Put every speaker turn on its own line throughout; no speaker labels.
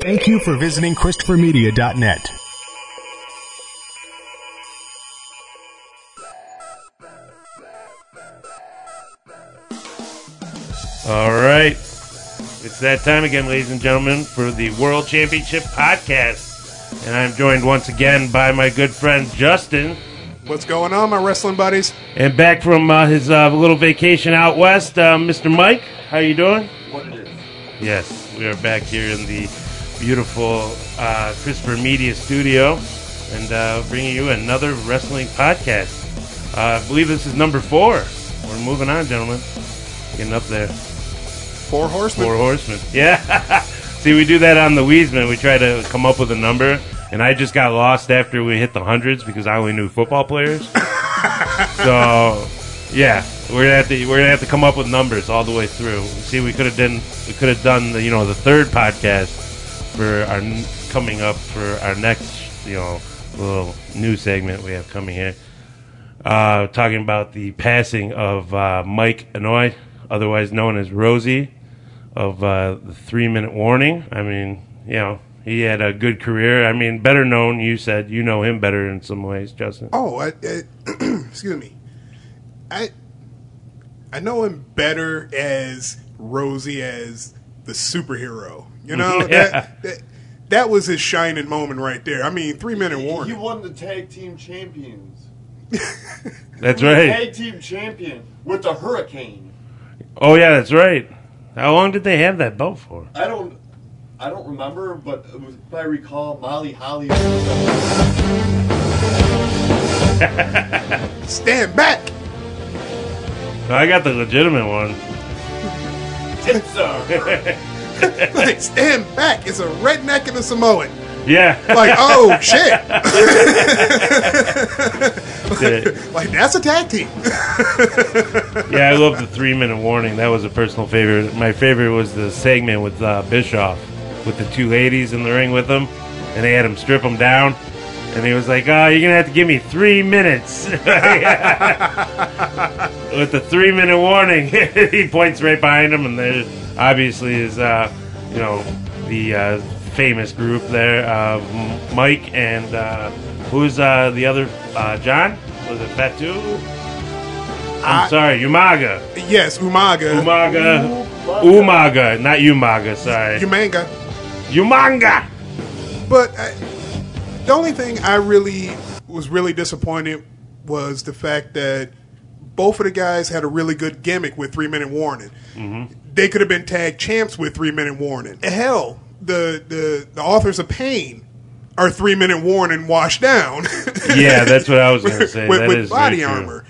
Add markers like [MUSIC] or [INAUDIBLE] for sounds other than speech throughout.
Thank you for visiting ChristopherMedia.net.
All right. It's that time again, ladies and gentlemen, for the World Championship podcast. And I'm joined once again by my good friend Justin.
What's going on, my wrestling buddies?
And back from uh, his uh, little vacation out west, uh, Mr. Mike. How you doing?
What it is.
Yes, we are back here in the beautiful uh, CRISPR Media studio and uh, bringing you another wrestling podcast. Uh, I believe this is number four. We're moving on, gentlemen. Getting up there.
Four horsemen.
Four horsemen. [LAUGHS] Yeah. See, we do that on the Weesman. We try to come up with a number, and I just got lost after we hit the hundreds because I only knew football players. so, yeah, we're gonna have to we're gonna have to come up with numbers all the way through. See, we could have done we could have done the you know the third podcast for our n- coming up for our next you know little new segment we have coming here. Uh, talking about the passing of uh, Mike Anoy, otherwise known as Rosie of uh, the three minute warning. I mean, you know, he had a good career. I mean, better known, you said you know him better in some ways, Justin.
Oh, I, I, [CLEARS THROAT] excuse me. I I know him better as Rosie as the superhero. You
[LAUGHS]
know
Yeah.
that, that that was his shining moment right there. I mean, three minute
He
warning.
won the tag team champions.
That's
Tag
right.
team champion with the Hurricane.
Oh, yeah, that's right. How long did they have that belt for?
I don't, I don't remember, but it was, if I recall, Molly Holly.
Stand
[LAUGHS]
back.
I got the legitimate one.
It's a hurricane.
Like, stand back. It's a redneck and a Samoan.
Yeah. [LAUGHS]
Like, oh shit. [LAUGHS]
yeah,
Like that's a tag team. [LAUGHS]
I love the three minute warning. That was a personal favorite. My favorite was the segment with uh, Bischoff with the two ladies in the ring with him, and they had him strip him down. And he was like, "Oh, you're gonna have to give me three minutes." [LAUGHS] with the three minute warning. [LAUGHS] he points right behind him, and there obviously is, uh, you know, the uh, famous group there, uh, M- Mike and uh, who's uh, the other uh, John? Was it Fatu? I'm
I-
sorry, Umaga.
yes, Umaga.
Umaga. Umaga, not Umaga. Sorry,
Umanga.
Umanga.
But I, the only thing I really was really disappointed was the fact that both of the guys had a really good gimmick with three minute warning. They could have been tag champs with three minute warning. Hell, the the, the authors of Pain are three minute warning washed down.
Yeah, that's what I was gonna say.
with
That
with
is very
body
true.
armor.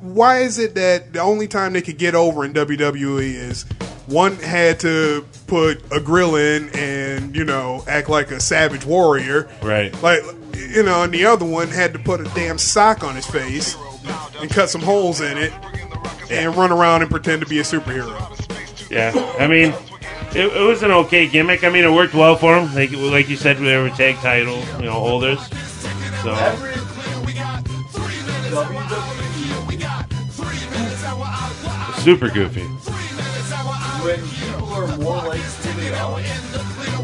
Why is it that the only time they could get over in WWE is one had to put a grill in and you know act like a savage warrior,
Right.
Like you know, and the other one had to put a damn sock on his face and cut some holes in it and run around and pretend to be a superhero.
Yeah, I mean, it, it was an okay gimmick. I mean, it worked well for them. Like, like you said, they were tag title, you know, holders. So
Every WWE,
super goofy.
when people are more like who they are,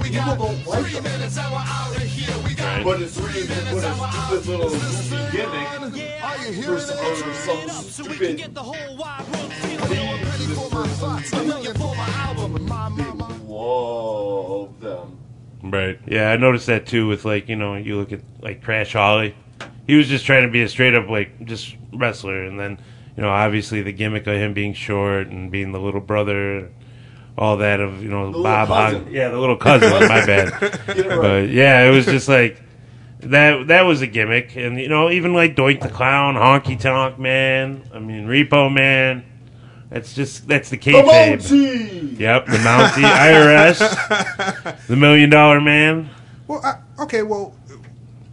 people don't like them. But it's really to put a stupid little goofy gimmick for some, or some stupid thing to this person. They love them.
Right. Yeah, I noticed that too. With like, you know, you look at like Crash Holly. He was just trying to be a straight up like just wrestler, and then you know, obviously the gimmick of him being short and being the little brother, all that of you know
little
Bob
cousin.
Hog- Yeah, the little cousin.
[LAUGHS]
my bad.
Get it right.
But yeah, it was just like that. That was a gimmick, and you know, even like Doink the Clown, Honky Tonk Man. I mean, Repo Man. That's just that's the
The
kayfabe.
Mountie!
Yep, the Mountie IRS, the Million Dollar Man.
Well, I, okay, well,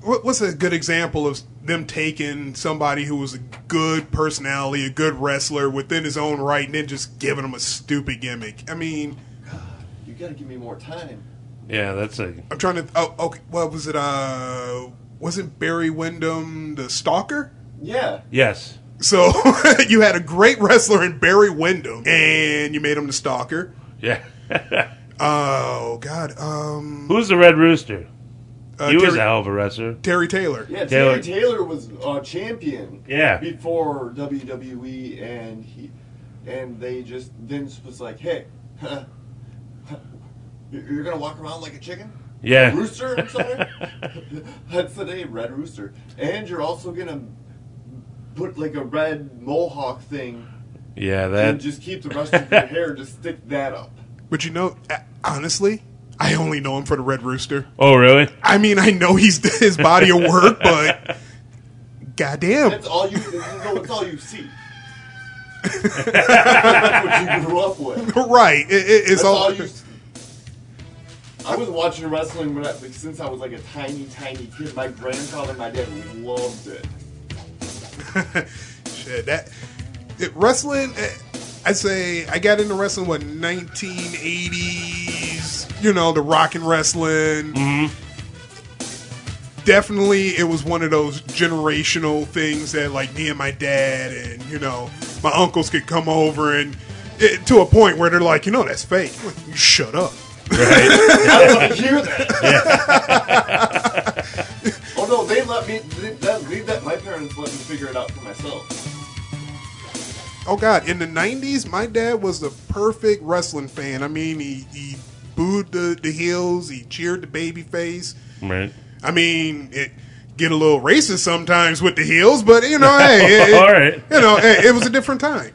wh- what's a good example of them taking somebody who was a good personality, a good wrestler within his own right, and then just giving him a stupid gimmick? I mean,
You gotta give me more time.
Yeah, that's a
I'm trying to. Oh, okay. What was it? Uh, wasn't Barry Windham the stalker?
Yeah.
yes.
So [LAUGHS] you had a great wrestler in Barry Windham, and you made him the stalker.
Yeah. [LAUGHS]
Oh God, um,
Who's the Red Rooster?
uh,
he was a
Terry,
hell of a wrestler.
Terry Taylor.
Yeah,
Taylor.
Terry Taylor was uh, champion.
Yeah.
Before WWE, and he, and they just Vince was like, "Hey, [LAUGHS] huh, you're gonna walk around like a chicken,
Yeah.
rooster or
[LAUGHS]
something. [LAUGHS] That's the name, Red Rooster. And you're also gonna put like a red mohawk thing,
Yeah,
and
that.
just keep the
[LAUGHS]
rest of your hair. Just stick that up.
But you know, uh, honestly, I only know him for the Red Rooster.
Oh, really?
I mean, I know he's [LAUGHS] his body of work, but goddamn,
That's all you. [LAUGHS] you know, it's all
[LAUGHS]
you see. That's what you grew up with.
right? It, it, it's
That's
all. [LAUGHS]
all you. I was watching wrestling when I, like, since I was like a tiny, tiny kid. My grandfather and my dad loved it.
Shit, that it, wrestling. eh, I say I got into wrestling what 1980s. You know the rock and wrestling.
Mm-hmm.
Definitely, it was one of those generational things that like me and my dad and you know my uncles could come over and it, to a point where they're like, you know, that's fake. I'm like, "You shut up.
I don't want to hear that. oh no, they let me. They, that, they, that my parents let me figure it out for myself.
Oh God! In the '90s, my dad was the perfect wrestling fan. I mean, he, he booed the, the heels, he cheered the baby face.
Right.
I mean, it get a little racist sometimes with the heels, but you know,
[LAUGHS]
hey, it, it-
All right.
you know, hey, it was a different time.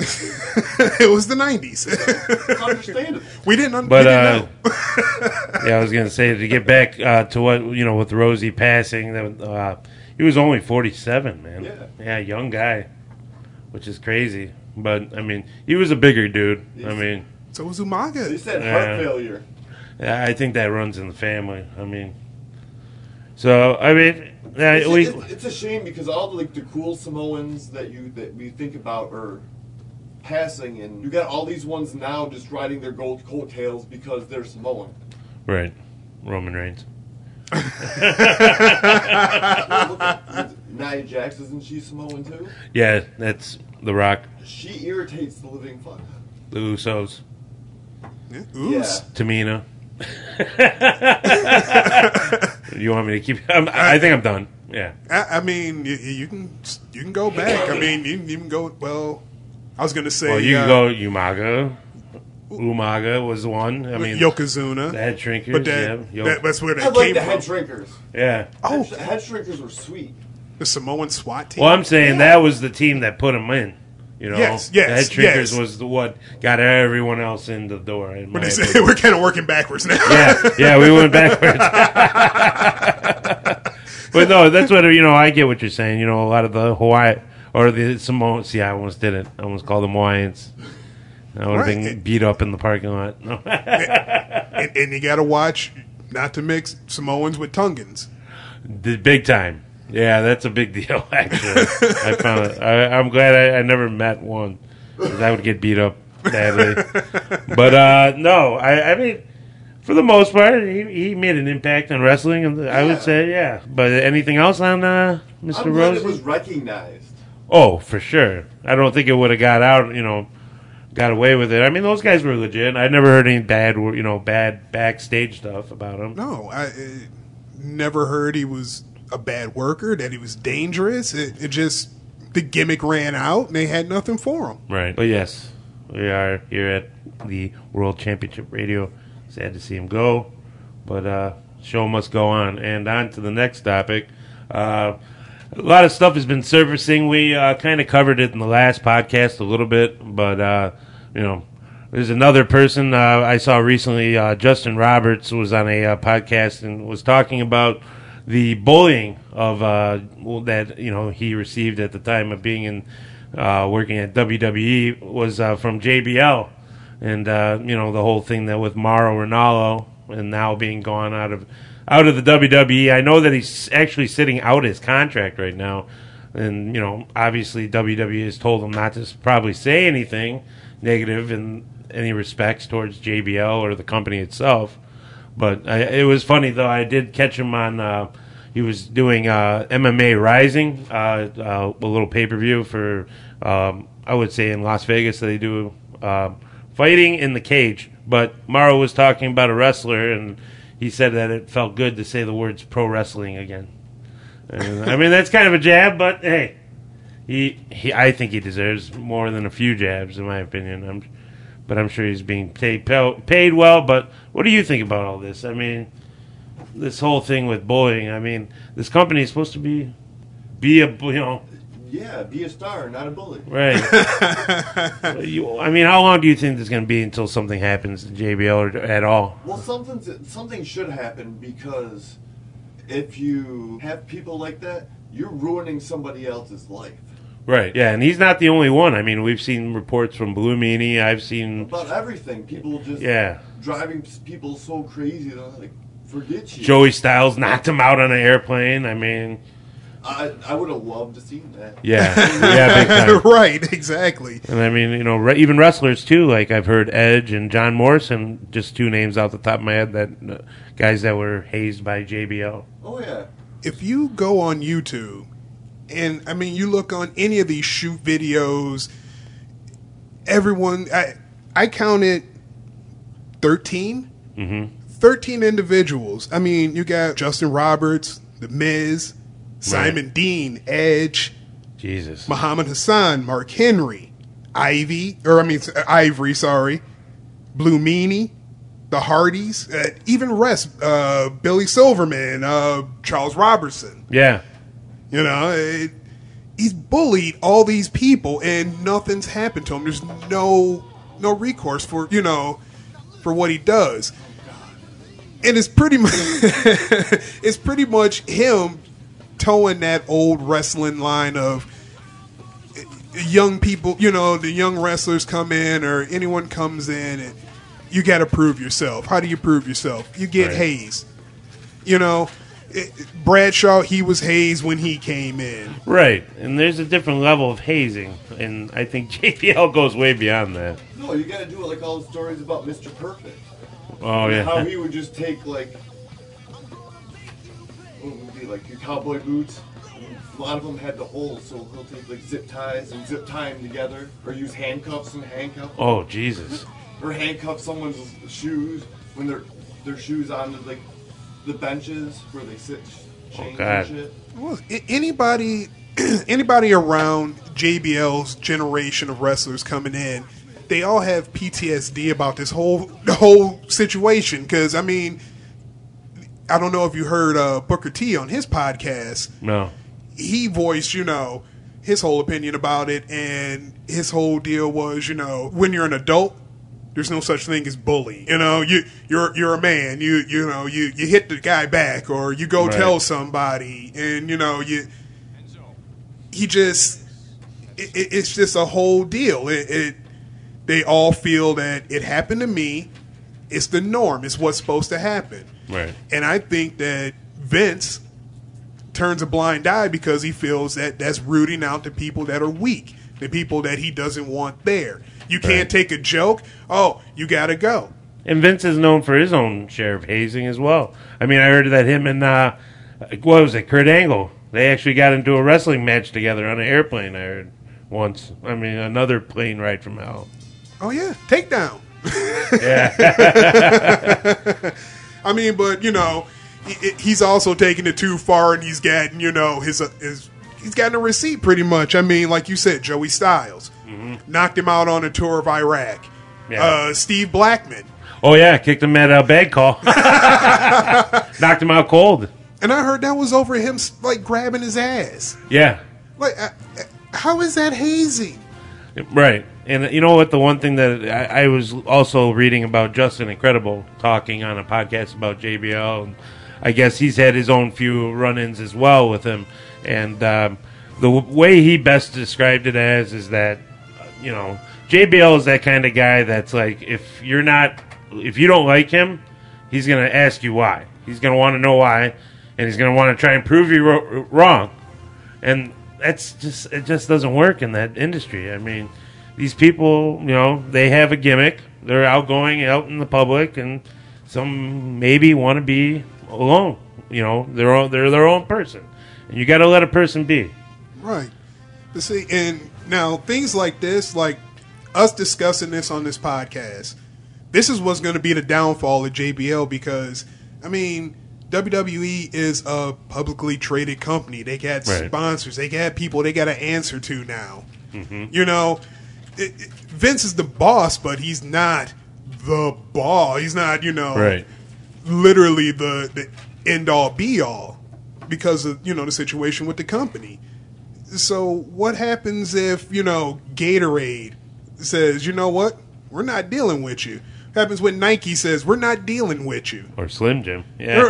[LAUGHS] it was the '90s.
It's understandable.
[LAUGHS] we didn't, un-
But
we didn't
uh, yeah, I was gonna say to get back uh, to what you know with Rosie passing. that, Uh, he was only forty-seven, man.
Yeah.
young guy, which is crazy. But I mean, he was a bigger dude. I mean,
know. So was
They
Umaga.
said
Yeah.
heart failure.
I I think that runs in the family. I mean, so I mean, I,
It's,
we
it's, it's a shame because all the like the cool Samoans that you that we think about are passing, and you got all these ones now just riding their gold coattails because they're Samoan.
right Roman Reigns.
Nia Jax, isn't she Samoan too?
Yeah, that's The Rock,
She irritates the living fuck.
The Usos,
Yeah, Ooze. [LAUGHS]
Tamina. you want me to keep? I'm, I think I'm done. Yeah.
I, I mean, you, you can you can go back. I mean, you can even go. Well, I was gonna say,
Well, you
uh,
can go Umaga. Umaga was one. I mean,
Yokozuna,
the head shrinkers.
but that,
yeah, Yo-
that- that's where
I
that
like
came
the
from.
head shrinkers.
yeah.
Oh.
Head- head shrinkers were sweet.
The Samoan SWAT team.
Well, I'm saying that was the team that put him in. You know,
Yes,
the
yes,
head shrinkers
yes.
was the what got everyone else in the door. In my
But it's-
opinion.
[LAUGHS] we're kind of working backwards now.
yeah, yeah, we went backwards. [LAUGHS] but no, that's what you know. I get what you're saying. You know, a lot of the Hawaii or the Samoan. See, I almost did it. I almost called them Hawaiians. I would have been
Right.
beat up in the parking lot. [LAUGHS] No.
and, and you got to watch not to mix Samoans with Tongans.
The big time. Yeah, that's a big [LAUGHS] deal. Actually, I found. It. I, I'm glad I, I never met one. 'cause I would get beat up badly. but uh, no, I, I mean, for the most part, he, he made an impact on wrestling. And I
Yeah.
would say, yeah. But anything else on uh,
I'm
Mr.
glad it was
Rose?
recognized.
Oh, for sure. I don't think it would have got out. You know, got away with it. I mean, those guys were legit. I never heard any bad, you know, bad backstage stuff about them.
No, I uh, never heard he was a bad worker, that he was dangerous. It, it just, the gimmick ran out and they had nothing for him. [LAUGHS]
Right. But yes, we are here at the World Championship Radio. Sad to see him go, but uh, show must go on. And on to the next topic. Uh, a lot of stuff has been surfacing. We uh, kind of covered it in the last podcast a little bit, but uh, you know, there's another person uh, I saw recently. Uh, Justin Roberts was on a uh, podcast and was talking about the bullying of uh, well, that you know he received at the time of being in uh, working at WWE was uh, from JBL, and uh, you know the whole thing that with Mauro Ronaldo and now being gone out of out of the WWE. I know that he's actually sitting out his contract right now, and you know obviously WWE has told him not to s- probably say anything negative in any respects towards JBL or the company itself. But I, it was funny though. I did catch him on. Uh, he was doing uh, MMA Rising, uh, uh, a little pay per view for um, I would say in Las Vegas they do um, uh, fighting in the cage But Morrow was talking about a wrestler, and he said that it felt good to say the words pro wrestling again. And, I mean, that's kind of a jab, but hey, he, he I think he deserves more than a few jabs, in my opinion. I'm, but I'm sure he's being paid pel- paid well. But what do you think about all this? I mean, this whole thing with bullying. I mean, this company is supposed to be be a you know
Yeah, be a star, not a bully.
[LAUGHS] Right. Well, you, I mean, how long do you think this is going to be until something happens to JBL or at all?
Well, something something should happen because if you have people like that, you're ruining somebody else's life.
Right. Yeah, and he's not the only one. I mean, we've seen reports from Blue Meanie. I've seen
About everything, people just
Yeah.
driving people so crazy that like forget you.
Joey Styles [LAUGHS] knocked him out on an airplane. I mean,
I I would have loved to see that.
yeah, [LAUGHS] yeah, big time.
right, exactly.
And I mean, you know, re- even wrestlers too. Like I've heard Edge and John Morrison, just two names off the top of my head that uh, guys that were hazed by JBL.
Oh yeah.
If you go on YouTube, and I mean, you look on any of these shoot videos, everyone, I, I counted 13, 13 individuals. I mean, you got Justin Roberts, The Miz, Simon Dean, Edge,
Jesus.
Muhammad Hassan, Mark Henry, Ivy, or I mean uh, Ivory, sorry, Blue Meanie, the Hardys, uh, even rest uh, Billy Silverman, uh, Charles Robertson.
Yeah.
You know, it, he's bullied all these people, and nothing's happened to him. There's no no recourse for you know for what he does, and it's pretty much [LAUGHS] it's pretty much him towing that old wrestling line of eh, young people. You know, the young wrestlers come in, or anyone comes in, and you got to prove yourself. How do you prove yourself? You get
Right.
hazed. You know, it, Bradshaw, he was hazed when he came in.
Right. And there's a different level of hazing, and I think [LAUGHS] JBL goes way beyond that.
No, you gotta do it like all the stories about Mr. Perfect.
Oh yeah.
How he would just take like what would it be like your cowboy boots. A lot of them had the holes, so he'll take like zip ties and zip tie them together, or use handcuffs and handcuff,
Oh Jesus!
or handcuff someone's shoes when their their shoes on the, like the benches where they sit, chains
Oh, God.
and shit.
Well, a- anybody, [CLEARS THROAT] anybody around JBL's generation of wrestlers coming in, they all have PTSD about this whole the whole situation. Because I mean, I don't know if you heard uh, Booker T on his podcast.
No.
he voiced, you know, his whole opinion about it, and his whole deal was, you know, when you're an adult, there's no such thing as bullying. You know, you you're you're a man. You you know you you hit the guy back, or you go
Right.
tell somebody, and you know you. He just, it, it- it's just a whole deal. It, it they all feel that it happened to me. It's the norm. It's what's supposed to happen.
Right.
And I think that Vince turns a blind eye because he feels that that's rooting out the people that are weak, the people that he doesn't want there. You can't
Right.
take a joke. Oh, you got to go.
And Vince is known for his own share of hazing as well. I mean, I heard that him and uh, what was it, Kurt Angle? They actually got into a wrestling match together on an airplane. I heard once. I mean, another plane ride from hell.
Oh yeah, takedown.
Yeah.
[LAUGHS] I mean, but you know, he, he's also taking it too far, and he's gotten you know his uh, his he's gotten a receipt pretty much. I mean, like you said, Joey Styles knocked him out on a tour of Iraq.
Mm-hmm. Yeah.
Uh, Steve Blackman.
oh yeah, kicked him at a bad call. [LAUGHS] Knocked him out cold.
And I heard that was over him like grabbing his ass.
Yeah.
Like, uh, uh, how is that hazing?
Right. And you know what? The one thing that I, I was also reading about Justin Incredible talking on a podcast about JBL, and I guess he's had his own few run ins as well with him. And um, the w- way he best described it as is that, uh, you know, JBL is that kind of guy that's like, if you're not, if you don't like him, he's going to ask you why. He's going to want to know why, and he's going to want to try and prove you ro- wrong and that's just it just doesn't work in that industry i mean these people you know they have a gimmick they're outgoing out in the public and some maybe want to be alone you know they're all, they're their own person and you got to let a person be
Right. But see, and now things like this, like us discussing this on this podcast, this is what's going to be the downfall of JBL because, I mean, WWE is a publicly traded company. They got
Right.
sponsors, they got people they got to answer to now.
Mm-hmm.
You know, it, it- Vince is the boss, but he's not the boss. He's not, you know,
Right.
literally the, the end all be all because of you know the situation with the company. So what happens if you know Gatorade says you know what we're not dealing with you? Happens when Nike says we're not dealing with you. [LAUGHS]
Or Slim Jim. Yeah.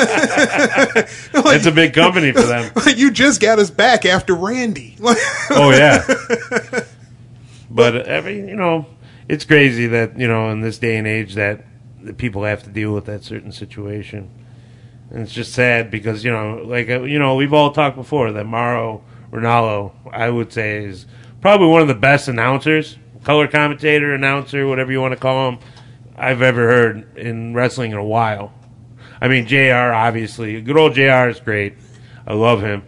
[LAUGHS] it's a big company for them.
you just got us back after Randy. [LAUGHS]
[LAUGHS] Oh yeah. But every you know, it's crazy that you know in this day and age that the people have to deal with that certain situation, and it's just sad because you know, like uh, you know, we've all talked before that Mauro Ronaldo, I would say, is probably one of the best announcers, color commentator, announcer, whatever you want to call him, I've ever heard in wrestling in a while. I mean, JR, obviously. Good old JR is great. I love him.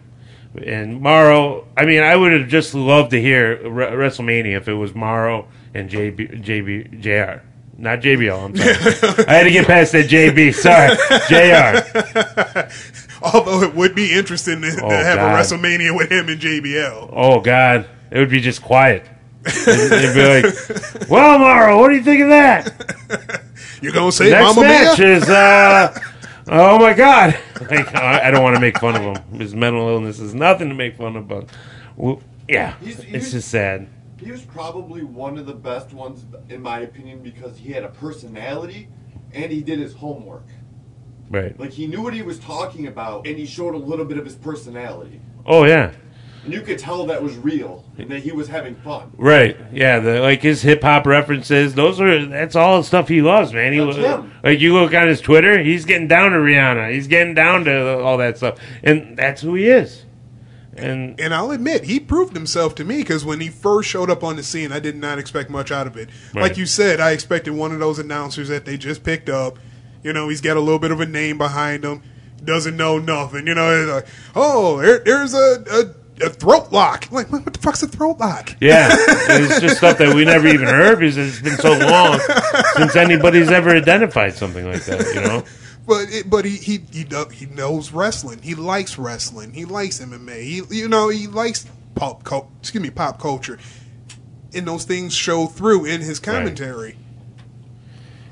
And Morrow, I mean, I would have just loved to hear Re- WrestleMania if it was Morrow and JB, JB, JR. Not JBL, I'm sorry. I had to get past that JB. Sorry, JR.
Although it would be interesting to, to
Oh,
have
God.
a WrestleMania with him and JBL.
Oh, God. It would be just quiet. It'd, it'd be like, well, Morrow, what do you think of that?
You're gonna say
Next
Mama
match
Mia?
is, uh, oh, my God. [LAUGHS] Like, I I don't want to make fun of him. His mental illness is nothing to make fun of. But, well, yeah,
He's-
it's
he's-
just sad.
He was probably one of the best ones, in my opinion, because he had a personality and he did his homework.
Right.
Like, he knew what he was talking about and he showed a little bit of his personality.
Oh yeah,
And you could tell that was real and that he was having fun.
right. Yeah, the like his hip hop references. Those are that's all the stuff he loves, man. He
That's
lo-
him.
like you look on his Twitter, he's getting down to Rihanna. He's getting down to all that stuff, and that's who he is. And
And I'll admit, he proved himself to me because when he first showed up on the scene, I did not expect much out of it.
Right.
Like you said, I expected one of those announcers that they just picked up. You know, he's got a little bit of a name behind him, doesn't know nothing. You know, he's like, oh, there, there's a, a, a throat lock. Like, what what the fuck's a throat lock?
yeah, it's just stuff that we never even heard because it's been so long since anybody's ever identified something like that. You know,
But it, but he he he, do, he knows wrestling. He likes wrestling. He likes MMA. He you know he likes pop cul- excuse me pop culture, and those things show through in his commentary.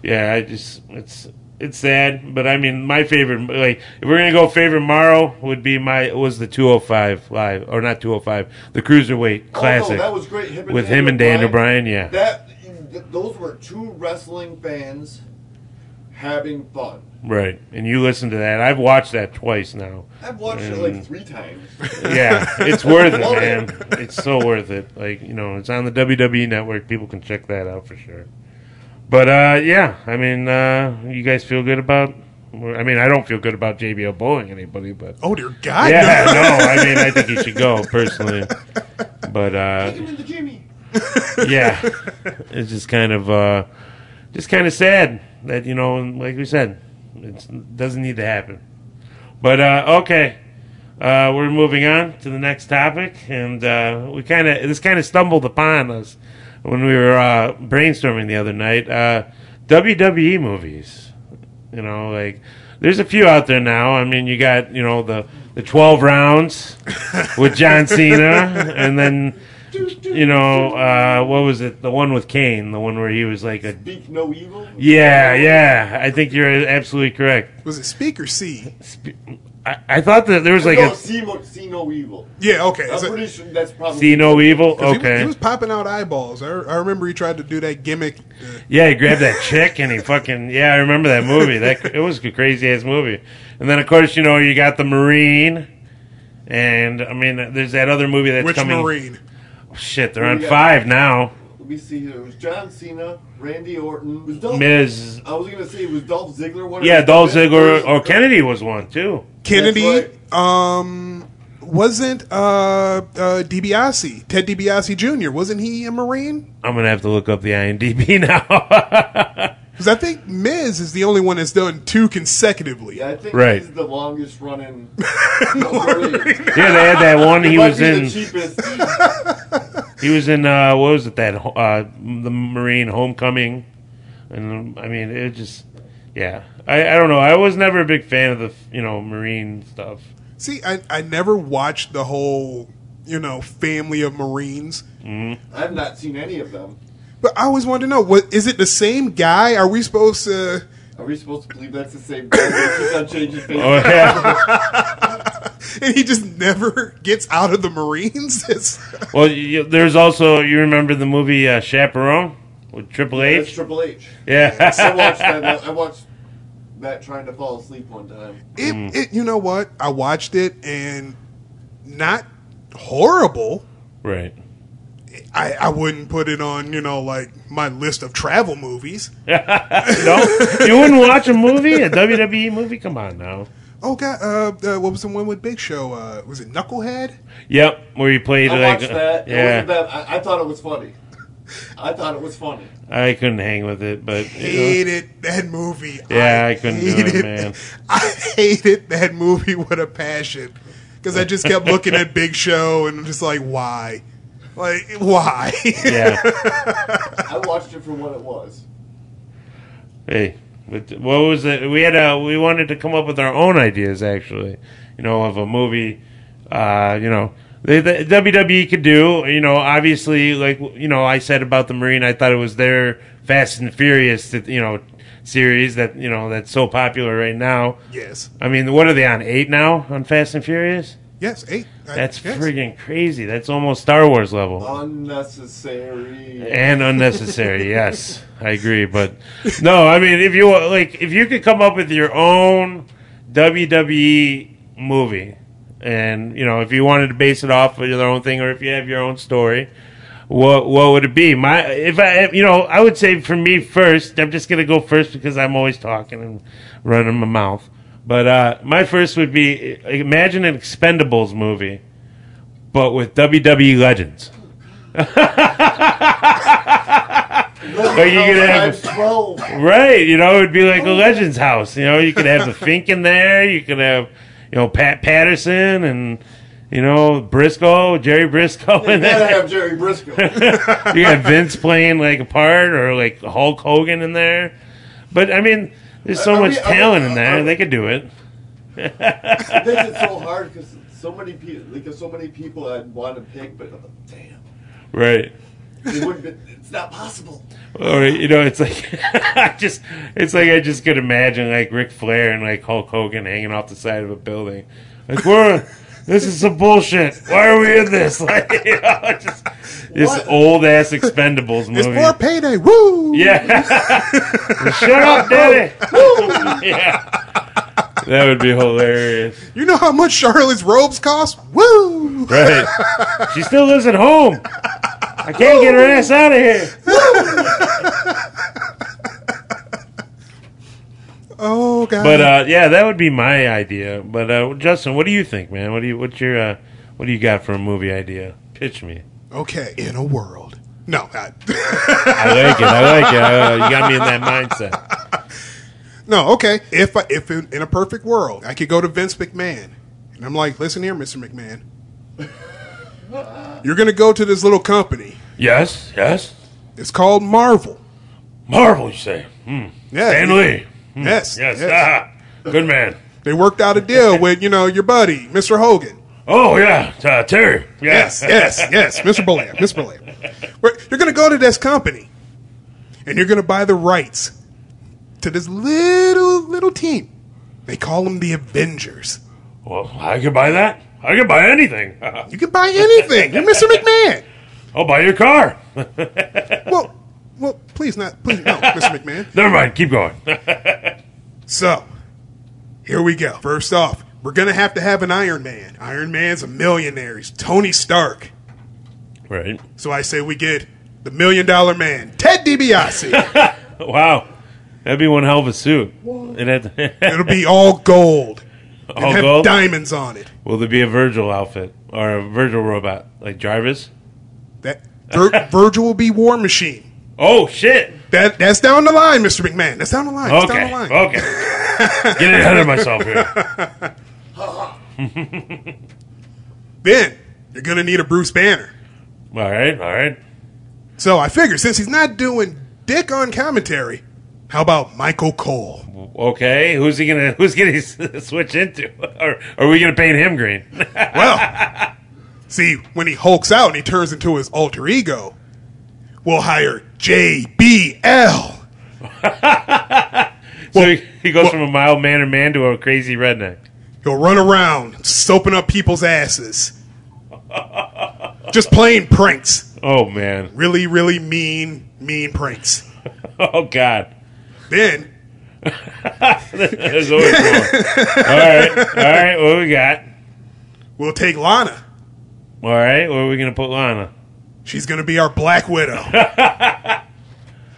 yeah. I just it's. It's sad, but I mean, my favorite, like, if we're gonna go favorite Morrow, would be my was the 205 live or not 205, the cruiserweight classic.
Oh, no, that was great. Him
with him and Dan O'Brien, yeah.
That, th- those were two wrestling fans having fun.
Right. And you listen to that. I've watched that twice now.
I've watched it
Mm.
like three times.
Yeah, it's worth it,
Love
man.
it.
It's so worth it. Like, you know, it's on the WWE network. People can check that out for sure. But uh yeah, I mean, uh you guys feel good about I mean, I don't feel good about JBL bullying anybody, but
Oh dear God!
Yeah, no. I mean, I think he should go personally. But uh
Take him into Jimmy.
yeah, it's just kind of uh, just kind of sad that you know, and like we said, it doesn't need to happen. But uh, okay, uh, we're moving on to the next topic, and uh, we kind of this kind of stumbled upon us when we were uh, brainstorming the other night. Uh, WWE movies, you know, like there's a few out there now. I mean, you got you know the the twelve rounds with John Cena, and then you know uh, what was it? The one with Kane, the one where he was like a
Speak no evil.
yeah, yeah. I think you're absolutely correct.
Was it speaker C?
Sp- I, I thought that there was like
no,
a
see, mo- see no evil.
Yeah, okay.
I'm
So-
pretty sure that's probably.
see no evil.
'cause he was- He,
Okay,
was popping out eyeballs. I, I remember he tried to do that gimmick. uh,
Yeah, he grabbed that chick and he fucking yeah. I remember that movie. That it was a crazy ass movie. And then of course you know you got the Marine, and I mean there's that other movie that's
which
coming.
Marine?
Shit, they're on
Yeah.
five now.
Let me see here. It was John Cena, Randy Orton. It was Dolph,
Miz,
I was gonna say it was Dolph Ziggler. One of
yeah,
the
Dolph
best
Ziggler
ones.
or Kennedy was one too.
Kennedy.
That's
Um, wasn't uh, uh DiBiase Ted DiBiase Jr. Wasn't he a Marine?
I'm gonna have to look up the [LAUGHS] IMDb now.
Because I think Miz is the only one that's done two consecutively.
Yeah, I think
Right.
he's the
[LAUGHS]
longest running. he
yeah, they had that one. He
might
was
be
in.
the cheapest.
He was in. uh What was it? That uh the Marine Homecoming. And I mean, it just, yeah. I, I don't know. I was never a big fan of the you know marine stuff. [LAUGHS]
See, I, I never watched the whole, you know, family of Marines.
I've not seen any of them.
But I always wanted to know, what is it the same guy? Are we supposed to [LAUGHS]
Are we supposed to believe that's the same guy that keeps on changing faces?
Oh yeah.
and he just never gets out of the Marines? [LAUGHS] It's,
well, you, there's also you remember the movie uh, Chaperone with Triple
That's
H. [LAUGHS]
Triple H.
Yeah.
I watched that. uh, I watched that trying to fall asleep one time.
it,
Mm.
it you know what? I watched it and not horrible.
[LAUGHS] right.
I, I wouldn't put it on, you know, like my list of travel movies.
No, you wouldn't watch a movie, a WWE movie. Come on now.
Oh god, uh, uh, what was the one with Big Show? Uh, was it Knucklehead?
Yep, where you played
I
like uh,
watched that. It wasn't
yeah.
bad. I, I thought it was funny. I thought it was funny.
I couldn't hang with it, but you know,
Hated that movie.
Yeah, I couldn't do it,
hated-
man.
[LAUGHS] I hated that movie with a passion because I just kept looking at Big Show and I'm just like, why, like why? [LAUGHS]
yeah.
I watched it for what it was.
Hey, but what was it? We had a we wanted to come up with our own ideas actually, you know, of a movie. Uh, you know, they, the WWE could do. You know, obviously, like you know, I said about the Marine, I thought it was their Fast and Furious, that, you know, series that you know that's so popular right now.
yes,
I mean, what are they on eight now on Fast and Furious?
yes, eight. I-
That's
yes.
friggin' crazy. That's almost Star Wars level
Unnecessary.
and unnecessary. yes, I agree. But no, I mean, if you like, if you could come up with your own WWE movie, and you know, if you wanted to base it off of your own thing, or if you have your own story, what what would it be? My if I you know, I would say for me first. I'm just gonna go first because I'm always talking and running my mouth. But uh, my first would be imagine an Expendables movie, but with WWE legends. Are you gonna have- [LAUGHS]
I'm 12.
Right, you know, it would be like a
Oh.
Legends house. You know, you could
[LAUGHS]
have the Fink in there. You could have, you know, Pat Patterson and, you know, Briscoe, Jerry
[LAUGHS]
Briscoe
You
in
gotta
there.
have Jerry Briscoe. That's
You got Vince playing like a part or like Hulk Hogan in there. But I mean, there's so
Are we-
much
are we-
talent in there.
are-
They could do it.
it's so hard because so many people, like, there's so many people I'd want to pick, but damn,
Right.
it wouldn't. Be, it's not possible.
Or you know, it's like [LAUGHS] I just it's like I just could imagine like Ric Flair and like Hulk Hogan hanging off the side of a building. Like we're this is some bullshit. Why are we in this? [LAUGHS] Like you know, just this
What?
old ass Expendables
It's
movie.
more payday. Woo!
yeah. Shut up, Daddy. yeah. That would be hilarious.
You know how much Charlotte's robes cost? Woo!
Right. She still lives at home. I can't get her ass out of here.
Oh god.
But uh, yeah, that would be my idea. But uh, Justin, what do you think, man? What do you what's your uh, what do you got for a movie idea? Pitch me.
okay, in a world. No, I, [LAUGHS]
I like it. I like it. Uh, you got me in that mindset.
No, okay. If I, if in, in a perfect world, I could go to Vince McMahon, and I'm like, listen here, Mr. McMahon, you're gonna go to this little company.
Yes, yes.
It's called Marvel.
Marvel, you say? Hmm.
Yeah,
Dan
you-
Lee. Hmm.
Yes,
Yes.
yes.
Ah, good man.
They worked out
[LAUGHS]
a deal with you know your buddy, Mr. Hogan.
Oh yeah, uh, Terry.
Yes,
Yeah.
yes, yes, Mr. Belair, Mr. Belair. We're- You're gonna go to this company, and you're gonna buy the rights to this little little team. They call them the Avengers.
Well, I could buy that. I could buy anything. [LAUGHS]
You can buy anything. You're Mr. McMahon.
I'll buy your car.
Well, well, please not, please no, Mr. McMahon.
Never mind. Keep going. [LAUGHS]
So, here we go. First off, we're gonna have to have an Iron Man. Iron Man's a millionaire. He's Tony Stark.
right.
So I say we get the Million Dollar Man, Ted DiBiase.
Wow. That'd be one hell of a suit. It had,
It'll be all gold.
[LAUGHS]
and
All
have
gold?
diamonds on it.
Will there be a Virgil outfit or a Virgil robot like Jarvis?
That Vir- [LAUGHS] Virgil will be War Machine.
Oh shit!
That that's down the line, Mr. McMahon. That's down the line. That's down
Okay,
the line.
okay.
[LAUGHS]
Get ahead of myself here.
Then you're gonna need a Bruce Banner.
All right, all right.
So I figure since he's not doing dick on commentary, How about Michael Cole?
Okay, who's he gonna who's gonna [LAUGHS] s- switch into? Or are we gonna paint him green? [LAUGHS]
Well, see, when he hulks out and he turns into his alter ego, we'll hire JBL.
so he, he goes from a mild mannered man to a crazy redneck.
He'll run around soaping up people's asses, just playing pranks.
Oh man! [LAUGHS]
Really, really mean, mean pranks.
Oh god!
Then
There's always
[LAUGHS]
more. all right, all right. What we got?
we'll take Lana.
All right, where are we gonna put Lana?
She's gonna be our Black Widow.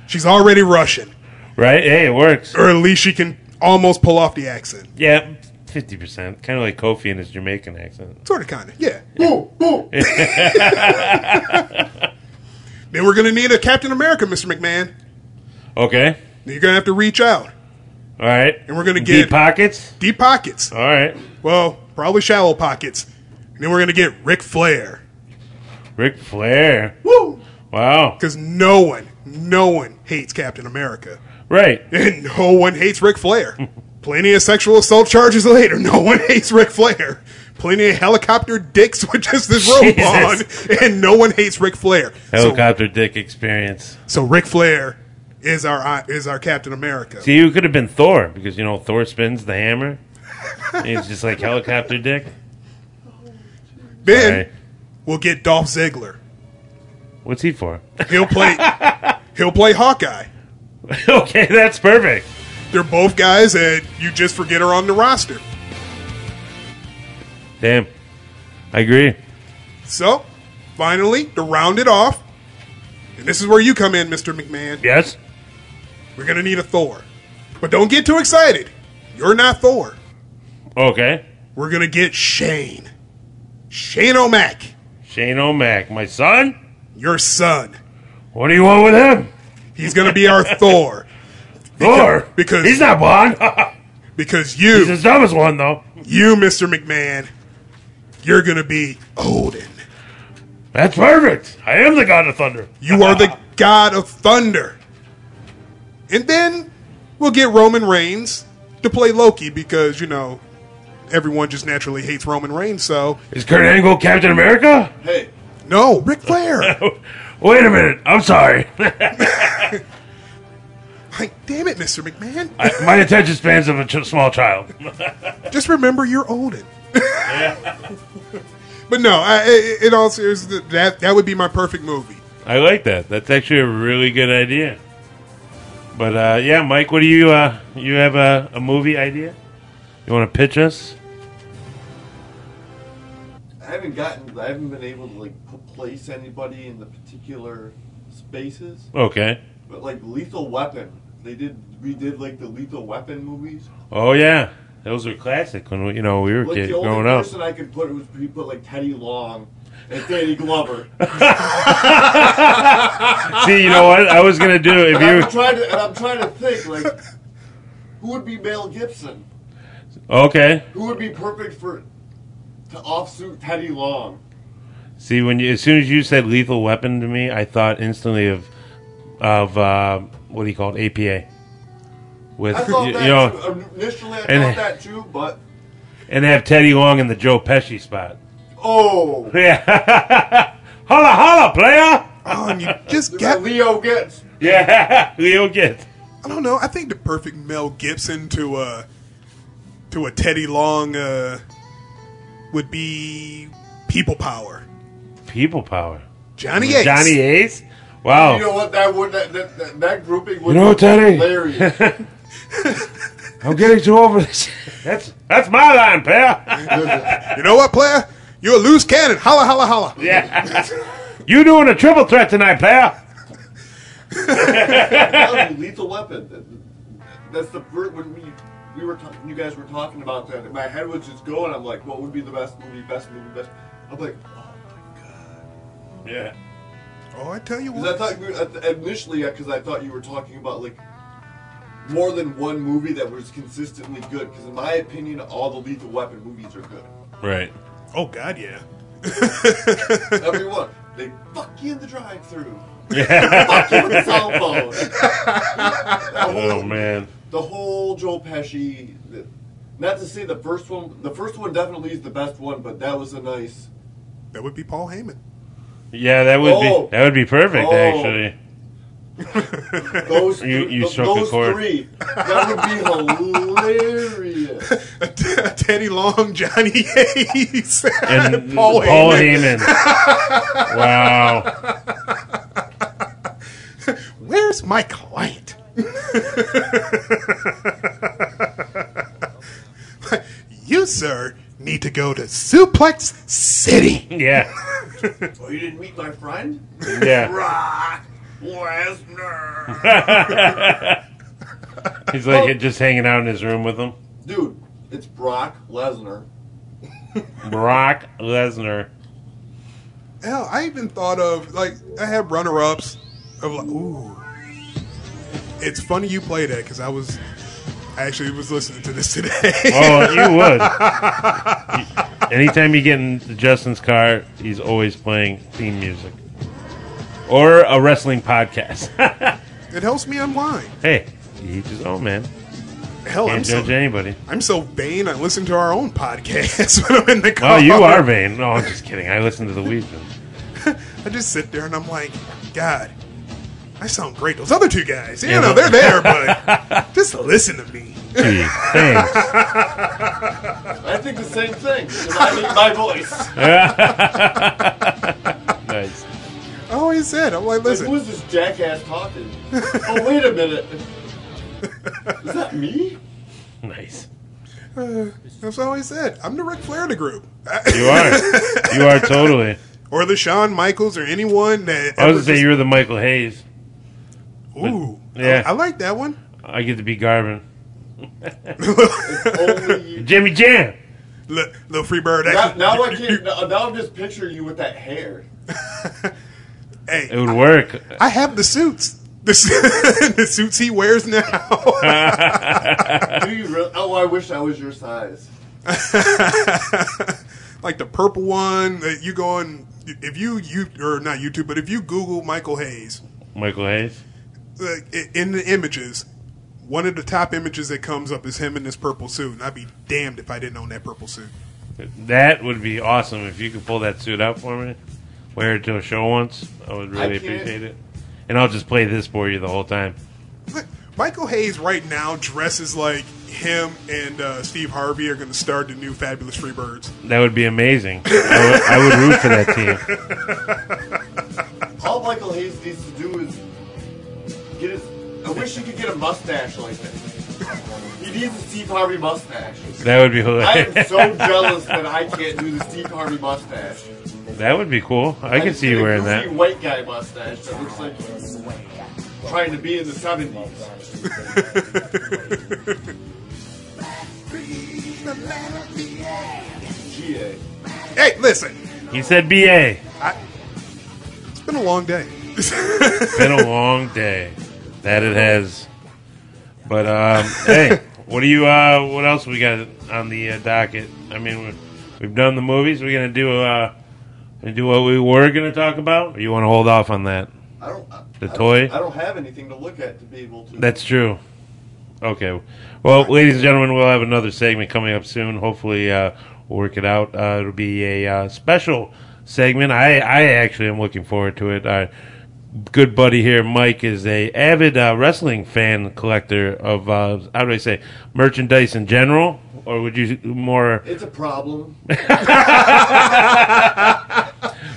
She's already Russian,
Right? Hey, it works.
or at least she can almost pull off the accent.
Yeah, fifty percent. Kind of like Kofi in his Jamaican accent.
Sort of, kind of, yeah. Boo, boo. then we're gonna need a Captain America, Mr. McMahon.
Okay.
You're gonna have to reach out.
All right.
And we're gonna
deep
get-
pockets.
Deep pockets.
All right.
Well, probably shallow pockets. And then we're gonna get Ric Flair.
Ric Flair.
Woo!
Wow.
Because no one, no one hates Captain America.
Right.
And no one hates Ric Flair. Plenty of sexual assault charges later. No one hates Ric Flair. Plenty of helicopter dicks [LAUGHS] with just this robe on.
Jesus.
And no one hates Ric Flair. So,
Helicopter dick experience.
so Ric Flair is our uh, is our Captain America.
See, you could have been Thor because you know Thor spins the
[LAUGHS]
hammer. He's just like helicopter dick.
then
Right.
we'll get Dolph Ziggler.
What's he for? [LAUGHS]
He'll play [LAUGHS] he'll play Hawkeye.
okay, that's perfect.
They're both guys that you just forget are on the roster.
Damn. I agree.
So, finally, to round it off, and this is where you come in, Mr. McMahon.
Yes.
We're gonna need a Thor, but don't get too excited. You're not Thor.
Okay.
We're gonna get Shane, Shane O'Mac,
Shane O'Mac, my son.
your son.
What do you want with him?
He's gonna be our Thor
Thor.
because-
he's not
[LAUGHS]
blonde.
because
he's
you,
the dumbest one though.
you, Mr. McMahon, you're gonna be Odin.
That's perfect. I am the god of thunder.
You are the god of thunder. And then we'll get Roman Reigns to play Loki because, you know, everyone just naturally hates Roman Reigns, so
Is Kurt Angle Captain America?
Hey,
no, Ric Flair.
Wait a minute. I'm sorry. [LAUGHS]
like, damn it, Mr. McMahon.
My attention spans of a ch- small child.
Just remember you're [LAUGHS] Odin. but no, I, I- in all seriousness, that, that would be my perfect movie.
I like that. That's actually a really good idea. But uh, yeah, Mike, what do you uh, you have a, a movie idea? You want to pitch us?
I haven't gotten, I haven't been able to like p- place anybody in the particular spaces,
Okay.
but like Lethal Weapon, they did redid like the Lethal Weapon movies.
Oh yeah, those were classic when we, you know we were
Like
kids
the only
growing up.
person I could put was you put like Teddy Long and Danny Glover.
[LAUGHS] See, you know what? I was gonna do if
I'm
you
[LAUGHS] trying to, and I'm trying to think like who would be Mel Gibson?
okay.
Who would be perfect for to offsuit Teddy Long?
See, when you, as soon as you said lethal weapon to me, I thought instantly of of uh, what do you call it? APA. With [LAUGHS]
I thought
you,
that
you know,
too. initially. I
and-
thought that too, but
and have Teddy Long in the Joe Pesci spot. [LAUGHS]
oh,
Yeah. holla holla, player.
Oh, and you just
that
got.
Leo gets.
Yeah, [LAUGHS] Leo Gitt.
I don't know. I think the perfect Mel Gibson to uh to a Teddy Long uh, would be People Power.
People power.
Johnny Ace.
Johnny Ace. Wow.
You know what? That would that that, that, that grouping would
Oh. You know,
be
Teddy. [LAUGHS]
hilarious.
I'm getting too over this. [LAUGHS] That's that's my line, [LAUGHS] pal.
You know what, player? You're a loose cannon. Holla, holla, holla.
yeah. you doing a triple threat tonight, pal?
That would be lethal weapon. That- That's the first when we we were ta- you guys were talking about that. and My head was just going. I'm like, what would be the best movie? Best movie? Best. I'm like, oh my god.
Yeah.
Oh, I tell you
Because I
what.
thought you were- at the- initially, because I thought you were talking about like more than one movie that was consistently good. Because in my opinion, all the Lethal Weapon movies are good. [LAUGHS]
Right.
Oh God, yeah.
Everyone, they fuck you in the drive-through. Fuck you with the cell phone. [LAUGHS] The whole-
Oh man.
the whole Joe Pesci. the- Not to say the first one, the first one definitely is the best one, but that was a nice.
That would be Paul Heyman. [LAUGHS]
Yeah, that would
Oh.
be that would be perfect [LAUGHS]
Oh.
actually.
Those
You-
three,
you
th-
struck a
those
chord.
three. That [LAUGHS] would be hilarious.
Teddy Long, Johnny [LAUGHS] Hayes,
And
Paul, Heyman.
Heyman. [LAUGHS] wow.
Where's my client? [LAUGHS] you, sir, need to go to Suplex City.
Yeah.
Oh, you didn't meet my friend?
Yeah.
Brock Lesnar.
He's like just hanging out in his room with him.
[LAUGHS] Dude, it's Brock Lesnar.
Brock Lesnar.
Hell, I even thought of like I had runner-ups of like, ooh. It's funny you play that because I was I actually was listening to this today. [LAUGHS]
Oh, you would. Anytime you get into Justin's car, he's always playing theme music or a wrestling podcast. [LAUGHS]
it helps me unwind.
hey, each his own, man.
Hell, Oh, I'm
Can't judge
so,
anybody.
[LAUGHS] I'm so vain. I listen to our own podcast [LAUGHS] when I'm in the
Oh,
car.
you are vain. No, I'm just kidding. I listen to the Weedman.
I just sit there and I'm like, God, I sound great. Those other two guys, you know, they're
[LAUGHS]
there, but just listen to me.
Gee, thanks.
I think the same thing. and I meet my voice.
Nice.
I always said, I'm like,
Like,
listen,
who is this jackass talking? Oh, wait a minute. Is that me?
Nice.
that's what I always said. I'm the Ric Flair of the group,
You are. You are totally.
or the Shawn Michaels, or anyone that.
I was
ever
going to say you were the Michael Hayes.
just- Ooh,
yeah.
I, I like that one.
I get to be Garvin.
Only you.
Jimmy Jam.
Look, little free bird.
Now,
[LAUGHS]
now [LAUGHS] I can't. Now, now I'm just picturing you with that hair.
It
hey,
would work.
I have the suits. The, su- [LAUGHS] the suits he wears now.
[LAUGHS]
Do you really? Oh, I wish I was your size.
like the purple one that you go on if you you or not YouTube, but if you Google Michael Hayes
Michael Hayes.
like, i- in the images, one of the top images that comes up is him in this purple suit, and I'd be damned if I didn't own that purple suit.
That would be awesome if you could pull that suit out for me, wear it to a show once. I would really
I can't.
appreciate it. And I'll just play this for you the whole time.
Look, Michael Hayes right now dresses like him and uh, Steve Harvey are going to start the new Fabulous Freebirds. [LAUGHS]
That would be amazing. I would, I would root for that team.
All Michael Hayes needs to do is get his. I wish he could get a mustache like that. He needs a Steve Harvey mustache.
That would be
[LAUGHS] I
hilarious.
am
[LAUGHS]
so jealous that I can't do the Steve Harvey mustache.
That would be cool. I
can
could see you wearing
A
that.
goofy white guy mustache that looks like he's trying to be in the seventies. GA.
Hey, listen,
He said, "BA."
it's been a long day. [LAUGHS]
Been a long day. That it has. But um, hey, what do you? Uh, what else we got on the uh, docket? I mean, we've, we've done the movies. We're gonna do uh, gonna do what we were gonna talk about. Or you want to hold off on that?
I don't. I,
The
I-
toy?
I don't have anything to look at to be able to.
That's true. Okay. Well, ladies and gentlemen, we'll have another segment coming up soon. Hopefully, uh, we'll work it out. Uh, it'll be a uh, special segment. I, I actually am looking forward to it. Our good buddy here, Mike, is a avid uh, wrestling fan collector of uh, how do I say merchandise in general, or would you more?
it's a problem.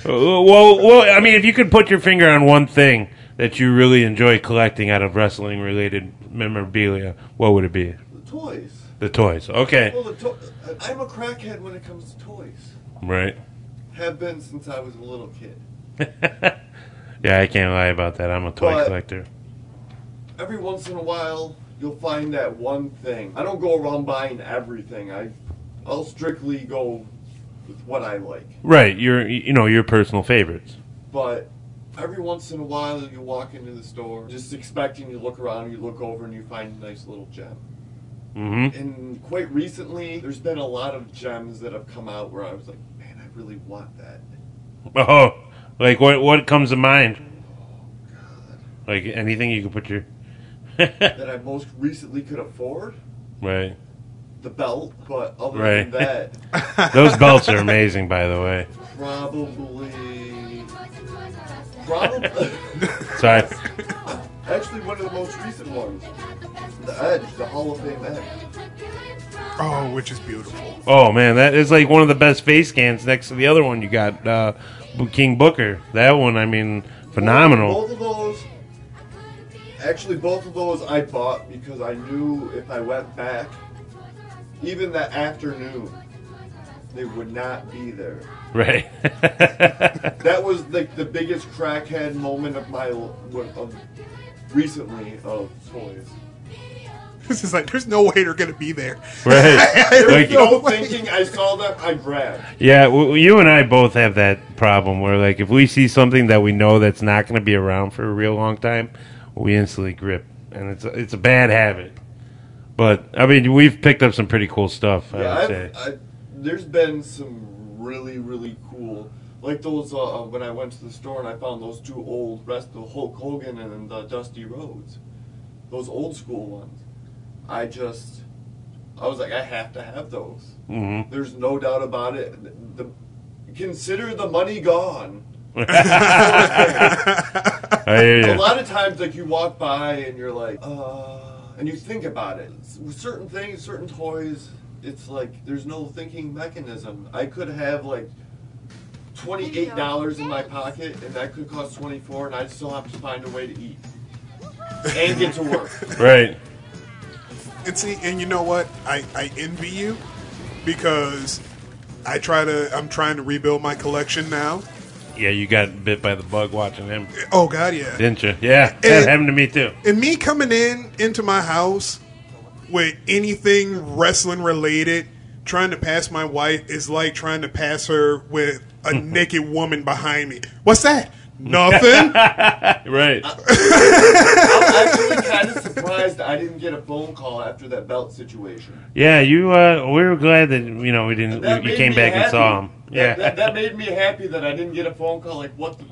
Well, well, I mean, if you could put your finger on one thing that you really enjoy collecting out of wrestling related memorabilia, what would it be?
The toys.
The toys. Okay.
Well, the to- I'm a crackhead when it comes to toys.
Right.
Have been since I was a little kid.
Yeah, I can't lie about that. I'm a toy
But-
collector.
Every once in a while, you'll find that one thing. I don't go around buying everything. I, I'll strictly go with what I like.
Right. Your you know, your personal favorites.
But every once in a while, you walk into the store just expecting you look around, you look over, and you find a nice little gem.
Mhm.
And quite recently, there's been a lot of gems that have come out where I was like, man, I really want that.
Oh. Like what what comes to mind? Like anything you could put your
that I most recently could afford.
right.
The belt, but other
Right.
than that,
Those belts are amazing, by the way.
probably, probably. [LAUGHS]
Sorry.
Actually, one of the most recent ones, the Edge, the Hall of Fame Edge.
Oh, which is beautiful. [LAUGHS]
Oh man, that is like one of the best face scans next to the other one you got, uh, King Booker. That one, I mean, phenomenal.
Both of those, actually, both of those I bought because I knew if I went back, even that afternoon, they would not be there.
Right. [LAUGHS]
That was like the biggest crackhead moment of my l- of recently of toys.
This is like, there's no way they're going to be there.
right. Like,
No thinking, I saw them, I grabbed.
Yeah, w- you and I both have that problem where, like, if we see something that we know that's not going to be around for a real long time, we instantly grip, and it's a, it's a bad habit. But I mean, we've picked up some pretty cool stuff. I
Yeah,
would
I've,
say.
I, there's been some really, really cool, like those uh, when I went to the store and I found those two old rest, the Hulk Hogan and the Dusty Rhodes, those old school ones. I just, I was like, I have to have those. Mm-hmm. There's no doubt about it. The, consider the money gone.
I hear
A
you.
lot of times, like you walk by and you're like, uh, and you think about it. S- With certain things, certain toys, it's like there's no thinking mechanism. I could have like twenty-eight dollars in my pocket, and that could cost twenty-four, and I'd still have to find a way to [LAUGHS] eat and get to work.
Right.
And see, and you know what? I, I envy you because I try to. I'm trying to rebuild my collection now.
Yeah, you got bit by the bug watching him,
Oh God, yeah.
didn't you? Yeah, that
It-
happened to me too.
And me coming in into my house with anything wrestling related, trying to pass my wife is like trying to pass her with a naked woman behind me. What's that? Nothing.
Right.
I'm actually kind of surprised I didn't get a phone call after that belt situation.
Yeah, you. Uh, we were glad that you know we didn't.
That
You
made
came
me
back and
happy.
saw him.
That-
Yeah.
that, that made me happy that I didn't get a phone call like what the.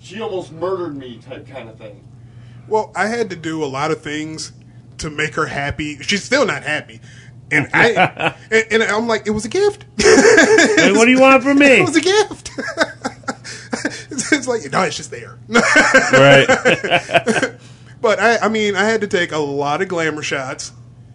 She almost murdered me, type kind of thing.
Well, I had to do a lot of things to make her happy. She's still not happy. And
[LAUGHS]
I and, and I'm like, it was a gift.
Like, what do you want from
[LAUGHS] it
me?
was a gift. it's, it's like no, it's just there.
[LAUGHS]
[LAUGHS]
Right. [LAUGHS]
but I, I mean, I had to take a lot of glamour shots,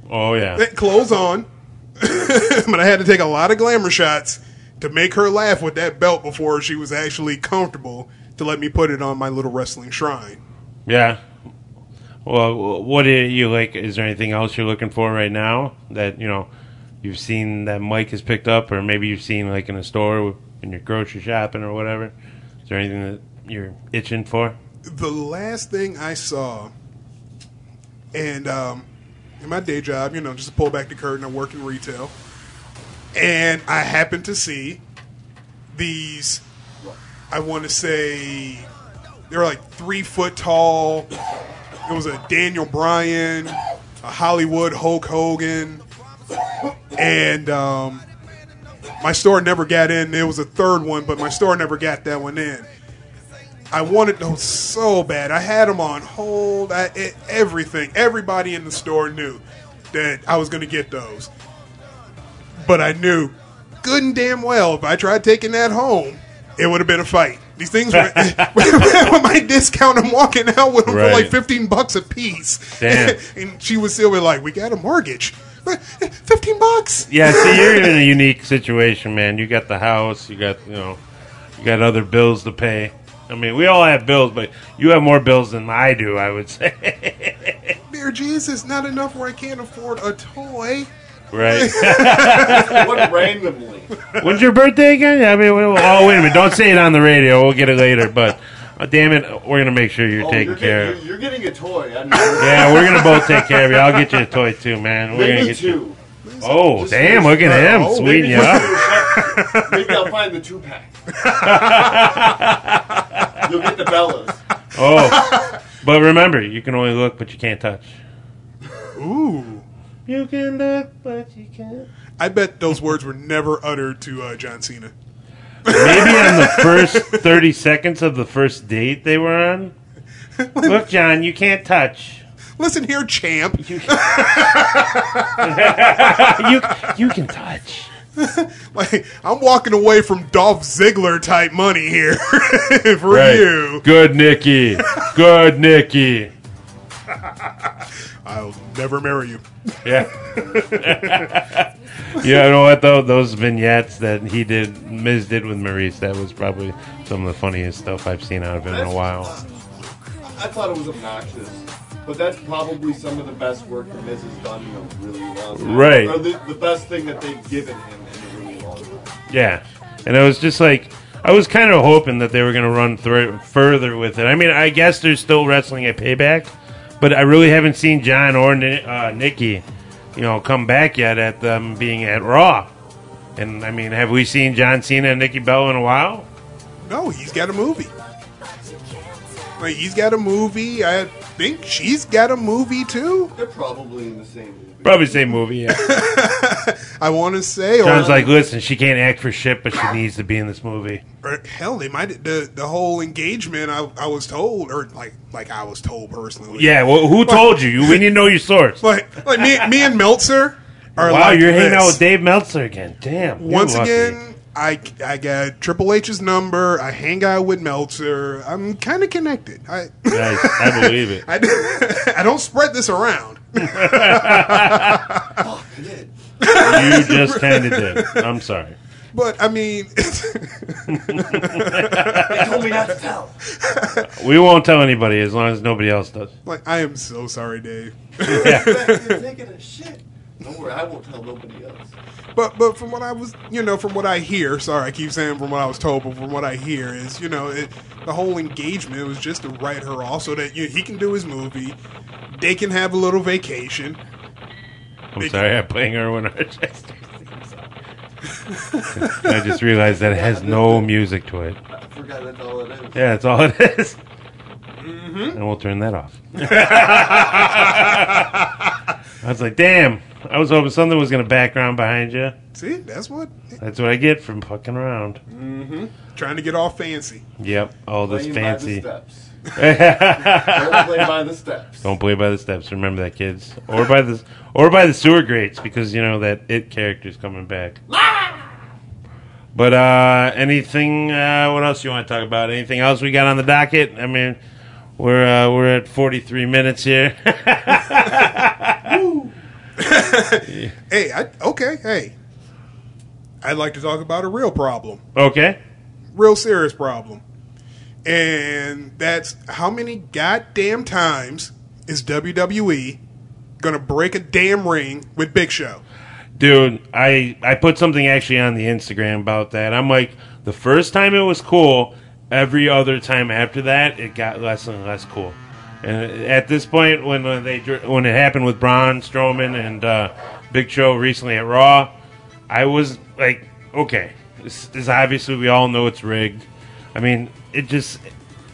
Oh yeah.
eh, clothes on, [LAUGHS] but I had to take a lot of glamour shots to make her laugh with that belt before she was actually comfortable to let me put it on my little wrestling shrine.
Yeah. Well, what are you like? Is there anything else you're looking for right now that you know you've seen that Mike has picked up, or maybe you've seen like in a store in your grocery shopping or whatever? Is there anything that you're itching for?
the last thing I saw, and um, in my day job, you know, just to pull back the curtain, I work in retail, and I happened to see these. I want to say they were like three foot tall. It was a Daniel Bryan, a Hollywood Hulk Hogan, and um, my store never got in. There was a third one, but my store never got that one in. I wanted those so bad. I had them on hold. I, it, everything. Everybody in the store knew that I was going to get those. But I knew good and damn well if I tried taking that home, it would have been a fight. These
[LAUGHS]
things were [LAUGHS] with my discount. I'm walking out with them for like
Right.
15 bucks a piece.
Damn.
[LAUGHS] and she was still like, "We got a mortgage, But, eh, 15 bucks."
Yeah. See, you're in [LAUGHS] a unique situation, man. You got the house. You got you know, you got other bills to pay. I mean, we all have bills, but you have more bills than I do. I would say. [LAUGHS]
Dear Jesus, not enough where I can't afford a toy.
Right.
what randomly?
When's your birthday again? I mean, we- oh, wait a minute. Don't say it on the radio. We'll get it later. But, uh, damn it, we're going to make sure you're
Oh,
taken
you're
care
getting,
of.
you're, you're getting a toy.
[LAUGHS]
I know.
Yeah, we're going to both take care of you. I'll get you a toy, too, man. We're going to [LAUGHS]
Maybe
get you.
two.
Oh,
Just-
damn. Look at him.
Oh,
Sweet. [LAUGHS]
Maybe
Yeah.
two. [LAUGHS] Maybe I'll find the two
[LAUGHS]
pack. You'll get the Bellas.
Oh. But remember, you can only look, but you can't touch.
Ooh.
You can look, but you can't.
I bet those words were never uttered to uh, John Cena.
[LAUGHS] [LAUGHS] Maybe on the first 30 seconds of the first date they were on. Look, John, you can't touch.
Listen here, champ.
You you, you can touch.
Like I'm walking away from Dolph Ziggler type money here [LAUGHS] for you.
Good Nikki. Good Nikki.
I'll never marry you.
Yeah. yeah, you know what though? Those vignettes that he did, Miz did with Maurice, that was probably some of the funniest stuff I've seen out of him in a while.
I thought it was obnoxious, but that's probably some of the best work that Miz has done in a really long time.
Right.
Or the, the best thing that they've given him in a really long time.
Yeah, and I was just like, I was kind of hoping that they were going to run through further with it. I mean, I guess they're still wrestling at Payback, but I really haven't seen John or Ni- uh, Nikki, you know, come back yet at them being at Raw. And I mean, have we seen John Cena and Nikki Bella in a while?
No, he's got a movie. Like he's got a movie. I think she's got a movie too.
They're probably in the same movie.
Probably same movie.
[LAUGHS]
Yeah.
I want to say, or,
John's like, listen, she can't act for shit, but she needs to be in this movie.
or hell, they might the the whole engagement. I, I was told, or like like I was told personally.
Yeah. Well, who told you? We need to know your source.
like like me, me and Meltzer are
Wow,
like
you're hanging
this.
out with Dave Meltzer again. Damn. you're
Once
lucky.
again, I I got Triple H's number. I hang out with Meltzer. I'm kind of connected. I
Nice. I believe
[LAUGHS]
it.
I, I don't spread this around.
I did.
You just kind of did. I'm sorry.
But I mean, [LAUGHS]
They told me not to tell.
We won't tell anybody as long as nobody else does.
like I am so sorry, Dave.
In fact, you're taking a shit. Don't worry, I won't tell nobody else.
But but from what I was, you know, from what I hear, sorry, I keep saying from what I was told, but from what I hear is, you know, it, the whole engagement was just to write her off so that you, he can do his movie, they can have a little vacation.
I'm sorry. I'm playing Erwin Rochester. I just realized that it has no music to it.
I forgot that's all it is.
Yeah, that's all it is. And we'll turn that off. I was like, damn. I was hoping something was going to background behind you.
See, that's what
That's what I get from fucking around.
trying to get all fancy.
Yep, all this
Playing
fancy.
By the
[LAUGHS]
steps. Don't play by the steps.
Don't play by the steps. Remember that, kids, or by the or by the sewer grates, because you know that it character's coming back. But uh, anything? Uh, what else you want to talk about? Anything else we got on the docket? I mean, we're uh, we're at forty three minutes here. [LAUGHS]
Hey, I, okay, hey, I'd like to talk about a real problem,
okay.
real serious problem, and that's how many goddamn times is WWE gonna break a damn ring with Big Show?
Dude, I I put something actually on the Instagram about that. I'm like, the first time it was cool. Every other time after that, it got less and less cool. And at this point, when uh, they dr- when it happened with Braun Strowman and uh, Big Show recently at Raw, I was like, okay, this is obviously we all know it's rigged. I mean, it just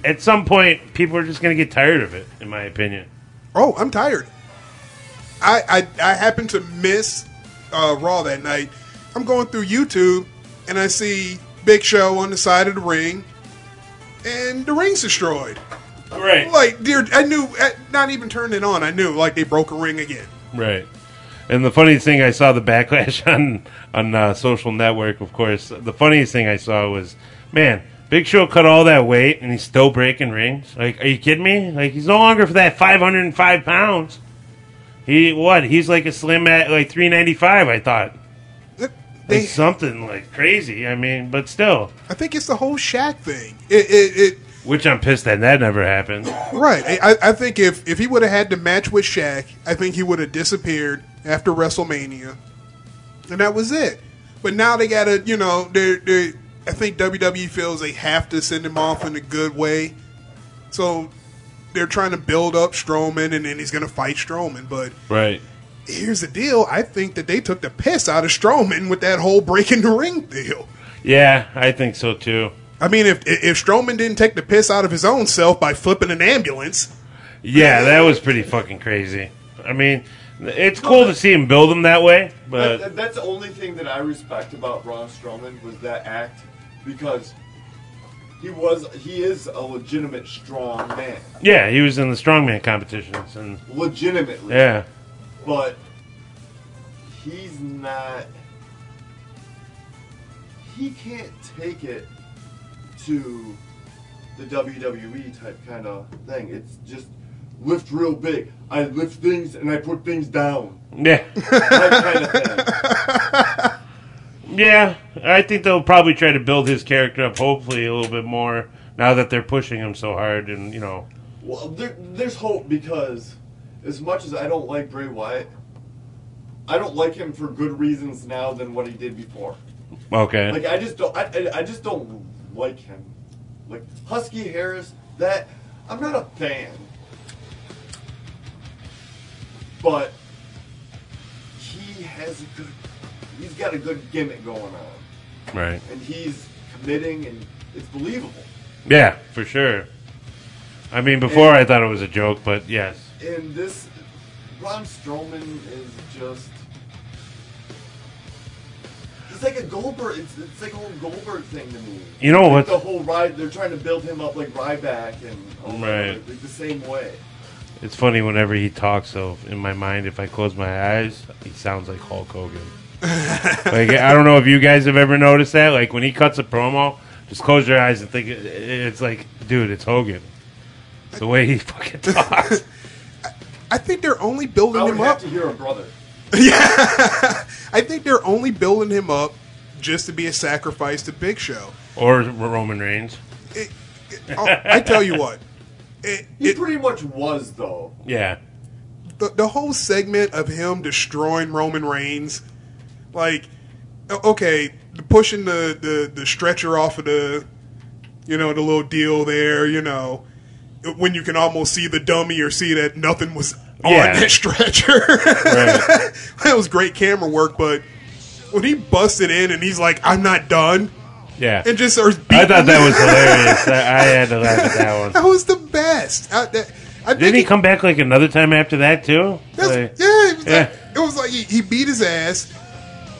at some point people are just gonna get tired of it, in my opinion.
Oh, I'm tired. I I, I happened to miss uh, Raw that night. I'm going through YouTube and I see Big Show on the side of the ring, and the ring's destroyed.
Right.
Like, dear, I knew. I, not even turned it on. I knew like they broke a ring again.
Right. And the funniest thing I saw the backlash [LAUGHS] on on uh, social network, of course. The funniest thing I saw was, man, Big Show cut all that weight and he's still breaking rings. Like, are you kidding me? Like, he's no longer for that 505 pounds. He what? He's like a slim at like 395. I thought
They,
it's something like crazy. I mean, but still,
I think it's the whole Shaq thing. It, it,
which I'm pissed that that never happened.
it right. I, I think if if he would have had the match with Shaq, I think he would have disappeared after WrestleMania, and that was it. But now they gotta, you know, they they. I think WWE feels they have to send him off in a good way, so they're trying to build up Strowman, and then he's gonna fight Strowman. But
Right.
here's the deal: I think that they took the piss out of Strowman with that whole breaking the ring deal.
Yeah, I think so too.
I mean, if if Strowman didn't take the piss out of his own self by flipping an ambulance,
Yeah, that was pretty fucking crazy. I mean, it's cool to see him build them that way,
That-
but
that- that's the only thing that I respect about Braun Strowman was that act because he was he is a legitimate strong man,
Yeah, he was in the strongman competitions, and
legitimately.
yeah,
But he's not. He can't take it to the WWE type kind of thing. It's just lift real big. I lift things and I put things down. [LAUGHS]
yeah,
That kind of thing.
yeah. I think they'll probably try to build his character up, hopefully a little bit more now that they're pushing him so hard, and you know,
Well, there, there's hope because as much as I don't like Bray Wyatt, I don't like him for good reasons now than what he did before.
okay,
Like I just don't, I, I, I just don't like him. Like Husky Harris, that I'm not a fan. But he has a good, he's got a good gimmick going on,
right,
and he's committing, and it's believable.
yeah, for sure. I mean, before I thought it was a joke, but yes,
And this, Ron Strowman is just. It's like a Goldberg. It's, it's like a whole Goldberg thing to me.
You know
Like
what-
The whole ride. They're trying to build him up like Ryback and all that,
Right.
like, the same way.
it's funny whenever he talks. So in my mind, if I close my eyes, he sounds like Hulk
[LAUGHS]
Hogan. like I don't know if you guys have ever noticed that. Like when he cuts a promo, just close your eyes and think it- it's like, dude, it's Hogan. It's the way he fucking
[LAUGHS]
talks.
I think they're only building
I would
him
have
up.
to hear a brother.
I think they're only building him up just to be a sacrifice to Big Show.
or Roman Reigns.
It, it- oh, I tell you what, it,
He
it,
pretty much was though.
Yeah.
the, the whole segment of him destroying Roman Reigns, like, o- okay, the pushing the, the, the stretcher off of the, you know, the little deal there, you know, when you can almost see the dummy or see that nothing was on
Yeah.
that [LAUGHS] stretcher.
Right.
[LAUGHS] that was great camera work, but when he busted in and he's like, I'm not done,
Yeah.
and just starts beating
I thought that
[LAUGHS]
was hilarious. I, I had to laugh at that
That
one.
was the best. I, that, I think
Didn't he come back like another time after that too? Like-
That's, yeah, it was
Yeah.
like, it was like he, he beat his ass.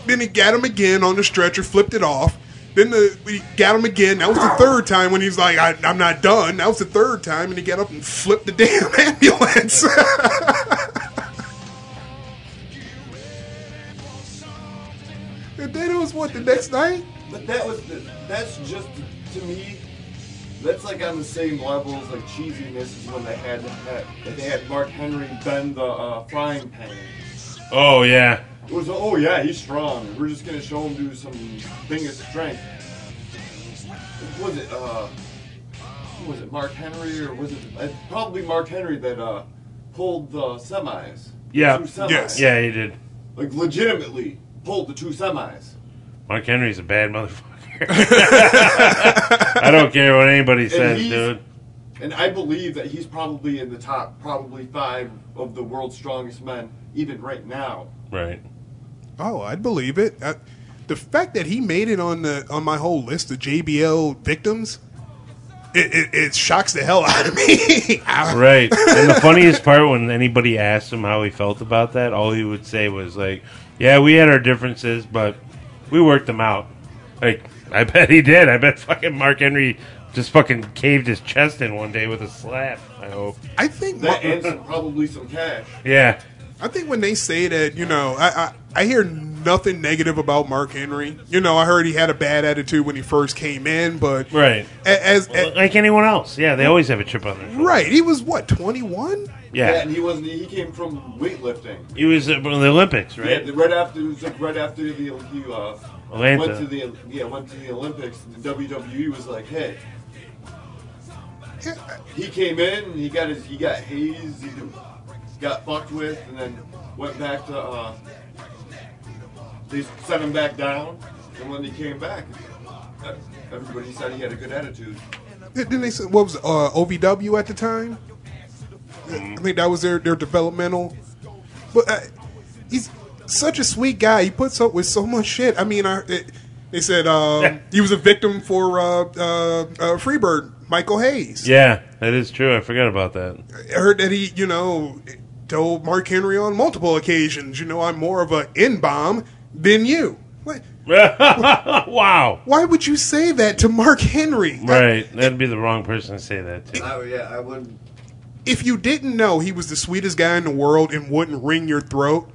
Then he got him again on the stretcher, flipped it off. Then the, he got him again. That was the third time when he was like, I, "I'm not done." That was the third time, and he got up and flipped the damn [LAUGHS] ambulance. and then it was what the next night.
But that was the, that's just to me. That's like on the same level as like cheesiness is when they had, had they had Mark Henry bend the uh, frying pan.
Oh yeah.
It was, oh yeah, he's strong. We're just gonna show him do some thing of strength. What was it, uh, who was it Mark Henry or was it uh, probably Mark Henry that uh pulled the semis?
Yeah.
The two semis.
Yes.
Yeah, he did.
Like legitimately pulled the two semis.
Mark Henry's a bad motherfucker. I don't care what anybody says,
he's-
dude.
And I believe that he's probably in the top, probably five of the world's strongest men, even right now.
Right.
Oh, I'd believe it. I, the fact that he made it on the on my whole list of JBL victims, it, it, it shocks the hell out of me. [LAUGHS] I-
Right. And the funniest part when anybody asked him how he felt about that, all he would say was like, "Yeah, we had our differences, but we worked them out." Like, I bet he did. I bet fucking Mark Henry just fucking caved his chest in one day with a slap. I hope.
I think
That
my-
and some, probably some cash.
Yeah.
I think when they say that, you know, I, I I hear nothing negative about Mark Henry. You know, I heard he had a bad attitude when he first came in, but
Right.
a- as, a-
Like anyone else. Yeah, they always have a chip on their shoulder.
right, he was what twenty one.
Yeah,
Yeah.
and he wasn't. He came from weightlifting.
He was uh, in the Olympics, right?
Yeah, right after it was like right after the he uh,
Atlanta.
went to the yeah went to the Olympics. The WWE was like, hey, he came in, and he got his he got hazed, he got fucked with, and then went back to uh, they sent him back down, and when he came back, uh, everybody said he had a good attitude.
Then they said what was it, uh, OVW at the time. I think that was their their developmental. But uh, he's such a sweet guy. He puts up with so much shit. I mean, I, it, they said um, he was a victim for uh, uh, uh, Freebird, Michael Hayes.
Yeah, that is true. I forgot about that. [LAUGHS]
I heard that he, you know, told Mark Henry on multiple occasions, you know, I'm more of an N bomb than you. What?
wow.
Why would you say that to Mark Henry?
Right. That'd be the wrong person to say that to.
I, Oh, yeah, I wouldn't.
If you didn't know he was the sweetest guy in the world and wouldn't wring your throat,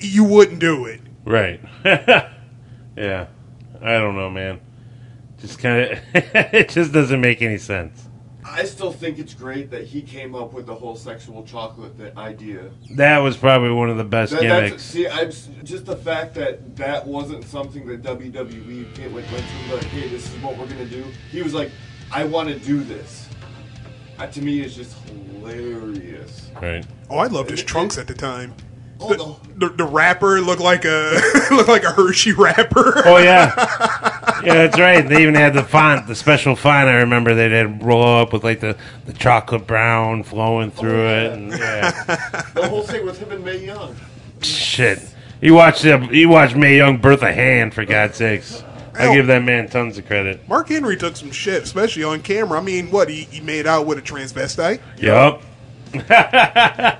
you wouldn't do it.
Right. [LAUGHS] yeah. I don't know, man. Just kind of, [LAUGHS] it just doesn't make any sense.
I still think it's great that he came up with the whole sexual chocolate th- idea.
That was probably one of the best
That, that's,
gimmicks.
see, I'm s- just the fact that that wasn't something that WWE came- like, went to like, hey, this is what we're gonna do. He was like, I want to do this. Uh, to me, it's just hilarious.
Right.
Oh, I loved his trunks at the time.
Oh,
The,
no.
the, the rapper looked like a [LAUGHS] looked like a Hershey rapper.
Oh yeah, [LAUGHS] yeah, that's right. They even had the font, the special font. I remember they did roll up with like the, the chocolate brown flowing through
Oh,
it,
yeah.
and yeah,
The whole thing with him and Mae Young.
shit. You watched the, you watched May Young birth a hand for God's sakes. I
Ow.
give that man tons of credit.
Mark Henry took some shit, especially on camera. I mean, what he, he made out with a transvestite.
Yup. [LAUGHS]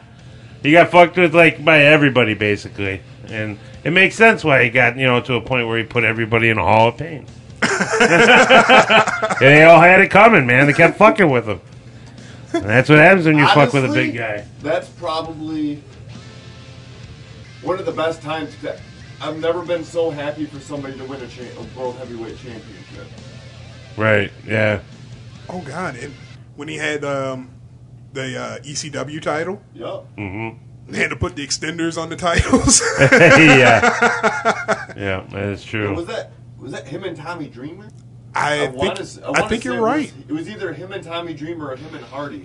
he got fucked with like by everybody basically, and it makes sense why he got you know to a point where he put everybody in a hall of pain. they all had it coming, man. They kept fucking with him. And that's what happens when you fuck with a
Honestly,
big guy.
That's probably one of the best times. That I've never been so happy for somebody to win a, cha- a world heavyweight championship.
Right? Yeah. [LAUGHS]
Oh God! And when he had um, the uh, ECW title,
Yep.
Mm-hmm.
they had to put the extenders on the titles. [LAUGHS]
yeah. Yeah. That is
Was
true.
that was that him and Tommy Dreamer?
I,
wanna
think
s-
I,
wanna
think
say
you're
it was-
right.
It was either him and Tommy Dreamer or him and Hardy.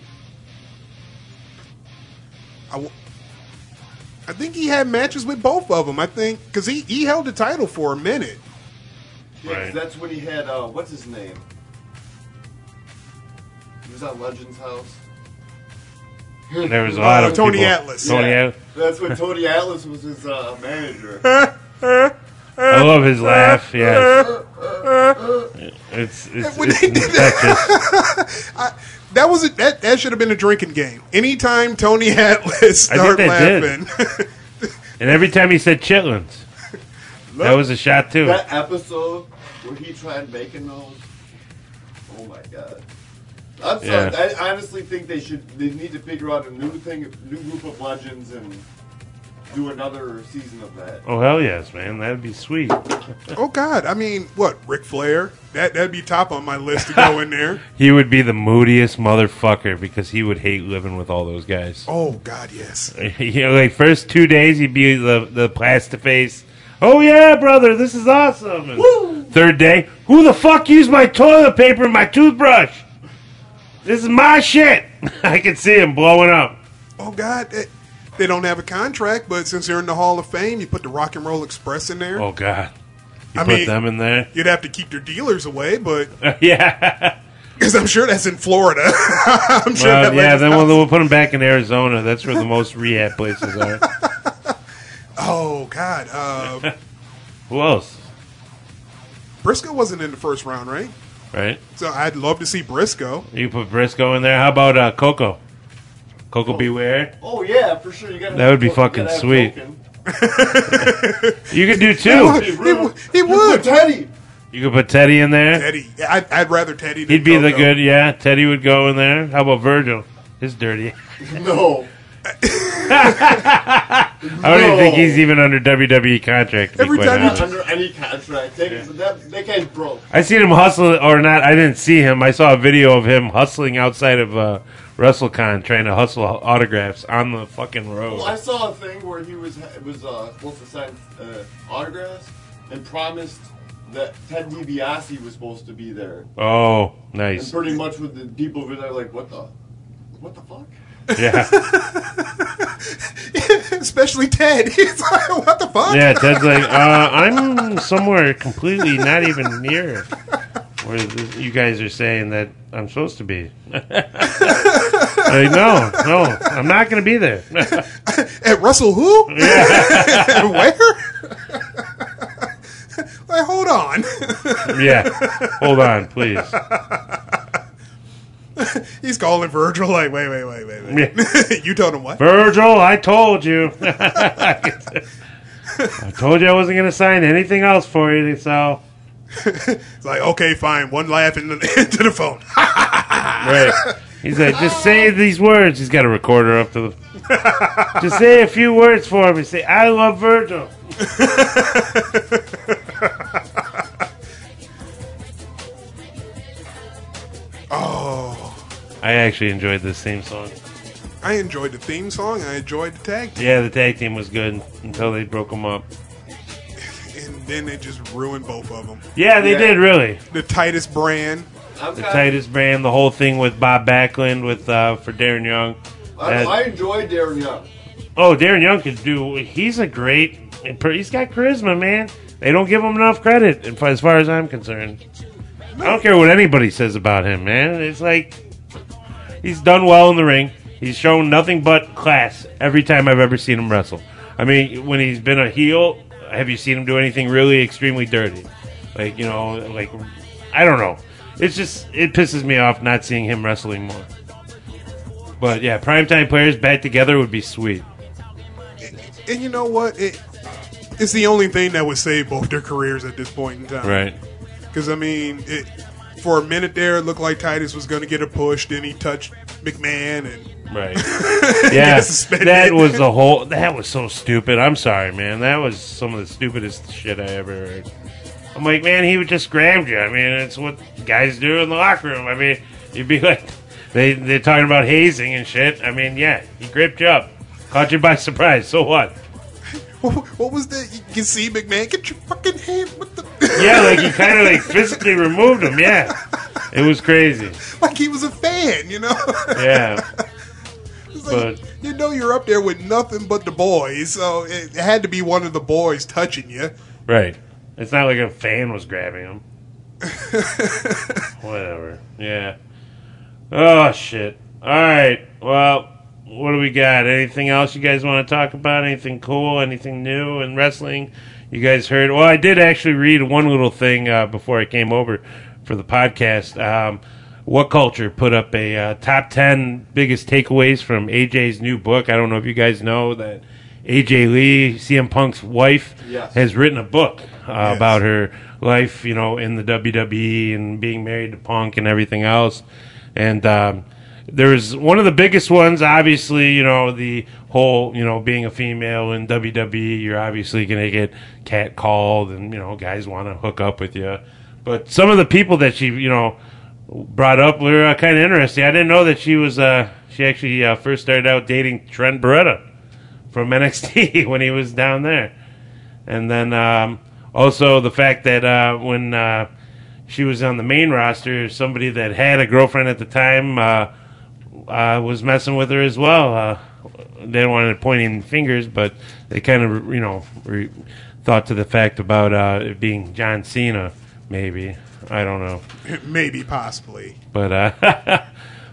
I, w- I think he had matches with both of them. I think because he, he held the title for a minute.
Yeah, 'cause
Right.
that's when he had uh, what's his name? He was on Legends House.
[LAUGHS] There was a lot
Uh,
of
Tony
people-
Atlas.
Tony
Yeah.
Atlas.
That's when Tony Atlas was his uh,
[LAUGHS]
manager.
I love his laugh. Yeah. It's it's,
When
it's
they did
infectious.
That was a, that that should have been a drinking game. Anytime Tony [LAUGHS] Atlas
I think
start
they
laughing, [LAUGHS]
did. And every time he said chitlins, that was a shot too.
That episode where he tried making those. Oh my god. I'm sorry.
Yeah.
I honestly think they should. They need to figure out a new thing, new group of legends, and do another season of that.
oh hell yes, man, that'd be sweet.
oh God! I mean, what Ric Flair? That that'd be top on my list to go
[LAUGHS]
in there.
He would be the moodiest motherfucker because he would hate living with all those guys.
Oh God, yes.
[LAUGHS] you know, like first two days he'd be the the plastic face. Oh yeah, brother, this is awesome. And Third day, who the fuck used my toilet paper and my toothbrush? This is my shit. [LAUGHS] I can see him blowing up.
Oh God, that- they don't have a contract, but since they're in the Hall of Fame, you put the Rock and Roll Express in there.
Oh god, you
I
put
mean-
them in
[LAUGHS]
there. [LAUGHS]
You'd have to keep their dealers away, but [LAUGHS]
yeah.
because I'm sure that's in Florida. [LAUGHS] I'm sure.
Well,
that
yeah,
lady's
then
not-
we'll, we'll put them back in Arizona. That's where the most rehab places
[LAUGHS]
are.
Oh God, uh,
Who else?
Briscoe wasn't in the first round, right?
Right?
So I'd love to see Briscoe.
You put Briscoe in there. How about uh, Coco? Coco Beware.
Oh yeah, for sure. You gotta.
That would be
you gotta
fucking
have
sweet.
Token.
You could
[LAUGHS]
do
He
two.
would. He
You put
would.
Teddy.
You could put Teddy in there.
Teddy, I'd, I'd rather Teddy. Than
He'd be the
Coco.
good. Yeah, Teddy would go in there. How about Virgil? His dirty.
No.
I don't even
No.
think he's even under WWE contract. To be
Every
quite
time he
honest.
Not under any contract. They, that, that guy's broke.
I seen him hustle, or not. I didn't see him. I saw a video of him hustling outside of uh, WrestleCon, trying to hustle autographs on the fucking road.
Well, I saw a thing where he was it was uh, supposed to sign uh, autographs and promised that Ted DiBiase was supposed to be there,
Oh,
and
nice.
pretty much with the people over there like, what the, what the fuck?
Yeah.
[LAUGHS] especially Ted. [LAUGHS] He's like, what the fuck?
Yeah, Ted's like, uh, I'm somewhere completely not even near where th- you guys are saying that I'm supposed to be. [LAUGHS] like, no, no, I'm not going to be there. [LAUGHS]
At Russell who? At [LAUGHS] Where? like, hold on. [LAUGHS]
yeah, hold on, please.
He's calling Virgil. Like, wait, wait, [LAUGHS] wait, wait, wait. you told him what?
Virgil, I told you. [LAUGHS] I told you I wasn't going to sign anything else for you, so.
It's like, okay, fine. One laugh into the, [LAUGHS] into the phone.
Right. He's like, just say these words. He's got a recorder up to the. just say a few words for me. Say, I love Virgil.
oh,
I actually enjoyed this theme song.
I enjoyed the theme song. I enjoyed the tag, team,
Yeah, the tag team was good until they broke them up.
and then they just ruined both of them.
Yeah, they
Yeah.
did, really.
The Titus brand.
I'm
The
kinda-
Titus brand, the whole thing with Bob Backlund with uh, for Darren Young.
I,
That-
I enjoy Darren Young.
oh, Darren Young could do. He's a great. He's got charisma, man. They don't give him enough credit, and for- as far as I'm concerned. I don't care what anybody says about him, man. It's like he's done well in the ring. He's shown nothing but class every time I've ever seen him wrestle. I mean, when he's been a heel, have you seen him do anything really extremely dirty? Like, you know, like I don't know. It's just it pisses me off not seeing him wrestling more. But yeah, primetime players back together would be sweet.
And you know what? It, it's the only thing that would save both their careers at this point in time.
Right.
Because I mean, it, for a minute there, it looked like Titus was going to get a push. Then he touched McMahon, and [LAUGHS]
Right. yeah.
suspended.
That was the whole. That was so stupid. I'm sorry, man. That was some of the stupidest shit I ever heard. I'm like, man, he would just grab you. I mean, it's what guys do in the locker room. I mean, you'd be like, they they're talking about hazing and shit. I mean, yeah, he gripped you up, caught you by surprise. So what?
what, what was that? You can see McMahon. Get your fucking hand. What the? [LAUGHS]
Yeah, like he kind of like physically removed him. Yeah, it was crazy.
like he was a fan, you know. [LAUGHS]
Yeah.
It's like, you know you're up there with nothing but the boys, so it had to be one of the boys touching you. [LAUGHS]
Right. It's not like a fan was grabbing him. Whatever. Yeah. Oh shit. All right. Well, what do we got? Anything else you guys want to talk about? Anything cool? Anything new in wrestling? You guys heard? Well, I did actually read one little thing uh, before I came over for the podcast. Um, what culture put up a uh, top ten biggest takeaways from AJ's new book? I don't know if you guys know that AJ Lee, CM Punk's wife,
Yes.
has has written a book uh, about her life, you know, in the WWE and being married to Punk and everything else. And um, there was one of the biggest ones, obviously, you know, the whole, you know, being a female in WWE, you're obviously going to get catcalled and, you know, guys want to hook up with you. But some of the people that she, you know, brought up were uh, kind of interesting. I didn't know that she was, uh, she actually uh, first started out dating Trent Beretta from [LAUGHS] NXT when he was down there. And then um, also the fact that uh, when uh, she was on the main roster, somebody that had a girlfriend at the time uh, uh, was messing with her as well. Uh, they didn't want to point any fingers, but they kind of, you know, re- thought to the fact about uh, it being John Cena, maybe. I don't know.
Maybe, possibly.
But uh, [LAUGHS]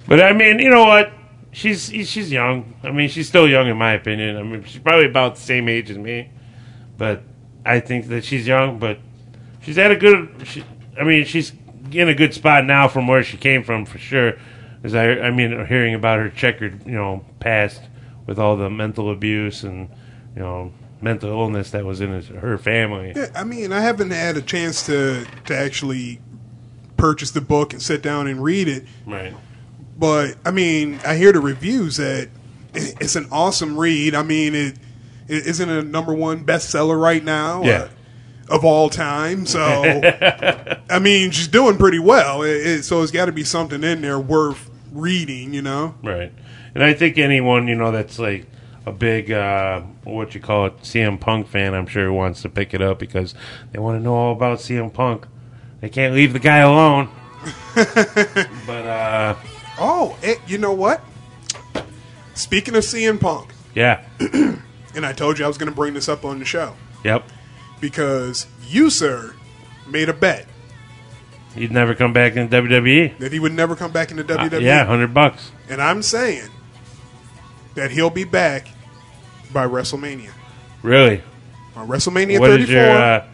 but I mean, you know what? She's she's young. I mean, she's still young in my opinion. I mean, she's probably about the same age as me. But I think that she's young. But she's at a good. She, I mean, she's in a good spot now from where she came from for sure. As I, I mean, hearing about her checkered, you know, past with all the mental abuse and you know mental illness that was in his, her family.
Yeah, I mean, I haven't had a chance to to actually purchase the book and sit down and read it,
Right.
but I mean, I hear the reviews that it- it's an awesome read. I mean, it it isn't a number one bestseller right now.
Yeah.
uh, Of all
[LAUGHS]
time, so I mean, she's doing pretty well. It, it, so it's got to be something in there worth reading, you know.
Right. And I think anyone, you know, that's like a big, uh, what you call it, CM Punk fan, I'm sure wants to pick it up because they want to know all about CM Punk. They can't leave the guy alone. but, uh,
Oh, eh, you know what? Speaking of CM Punk,
yeah.
and I told you I was going to bring this up on the show
Yep.
because you, sir, made a bet
He'd never come back in WWE.
that he would never come back into E.
Uh,
WWE.
yeah, 100 bucks.
And I'm saying that he'll be back by WrestleMania.
Really?
On WrestleMania
What
34.
is your, uh,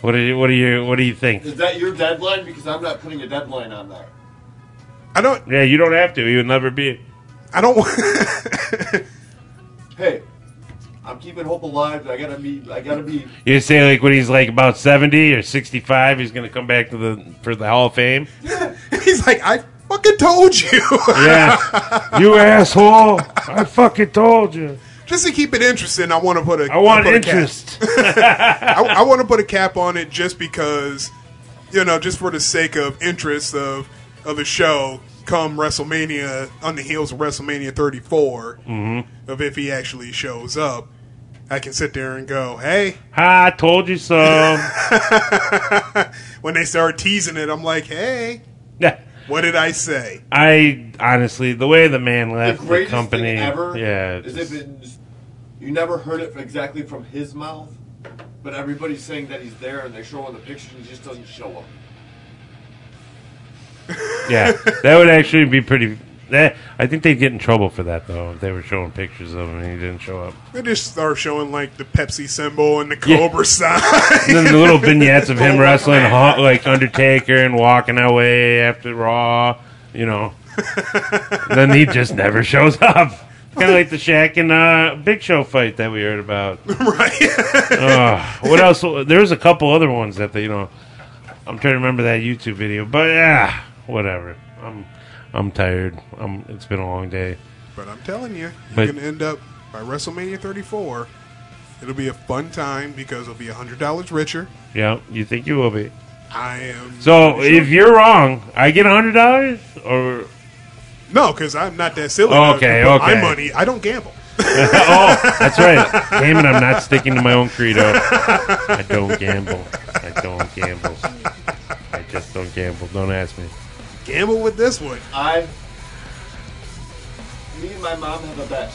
what do you, what do you, what do you think?
Is that your deadline? Because I'm not putting a deadline on that.
I don't.
Yeah, you don't have to. He would never be.
I don't.
Hey, I'm keeping hope alive. I gotta be. I gotta be.
You say like when he's like about seventy or sixty-five, he's gonna come back to the for the Hall of Fame.
[LAUGHS] He's like, I fucking told you. [LAUGHS]
Yeah, [LAUGHS] you asshole! I fucking told you.
Just to keep it interesting, I want to put a.
I want
put a cap.
interest.
[LAUGHS]
[LAUGHS]
I, I want to put a cap on it just because, you know, just for the sake of interest of of the show. Come WrestleMania on the heels of WrestleMania 34,
Mm-hmm.
of if he actually shows up, I can sit there and go, hey.
ha! I told you so.
When they start teasing it, I'm like, hey,
Yeah.
what did I say?
I honestly, the way the man
The
left the,
greatest
company,
thing ever.
yeah,
Is if it's, you never heard it exactly from his mouth, but everybody's saying that he's there and they show him the picture and he just doesn't show up. [LAUGHS]
yeah, that would actually be pretty. That I think they'd get in trouble for that though if they were showing pictures of him and he didn't show up.
They just start showing like the Pepsi symbol and the
Yeah.
Cobra sign. [LAUGHS]
And then [LAUGHS] the little vignettes of him wrestling Hon- like Undertaker and walking away after Raw, you know. then he just never shows up. Kind of like the Shaq and uh, Big Show fight that we heard about.
right.
Ugh, what else? There was a couple other ones that they, you know. I'm trying to remember that YouTube video, but yeah, whatever. I'm I'm tired. I'm, it's been a long day.
But I'm telling you, you're
But-
going to end up by WrestleMania 34. It'll be a fun time because it'll be $100 richer.
Yeah, you think you will be.
I am.
So if you're wrong, I get a hundred dollars, or
No, because I'm not that silly.
Okay,
I put
okay.
My money, I don't gamble.
oh, that's right. Damn it, I'm not sticking to my own credo. I don't gamble. I don't gamble. I just don't gamble. Don't ask me.
Gamble with this one.
I, me and my mom have a bet.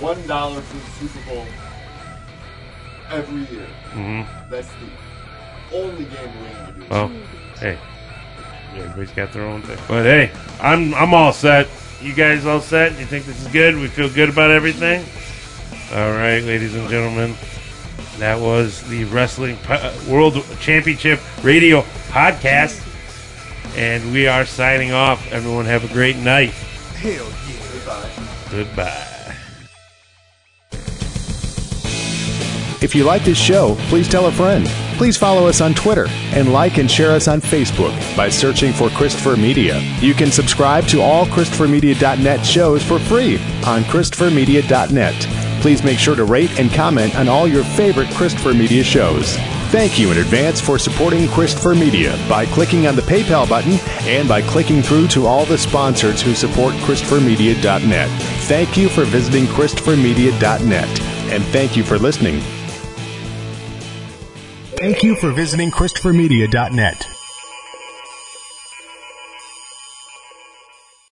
One dollar for the Super Bowl every year. Mm-hmm. That's the only game we can do.
Well, hey, everybody's got their own thing. But hey, I'm I'm all set. You guys all set? You think this is good? We feel good about everything. All right, ladies and gentlemen, that was the Wrestling Po- uh, World Championship Radio Podcast, and we are signing off. Everyone, have a great night.
Hell yeah.
Goodbye.
Goodbye.
If you like this show, please tell a friend. Please follow us on Twitter and like and share us on Facebook by searching for Christopher Media. You can subscribe to all ChristopherMedia.net shows for free on ChristopherMedia.net. Please make sure to rate and comment on all your favorite Christopher Media shows. Thank you in advance for supporting Christopher Media by clicking on the PayPal button and by clicking through to all the sponsors who support ChristopherMedia.net. Thank you for visiting ChristopherMedia.net and thank you for listening. Thank you for visiting ChristopherMedia.net.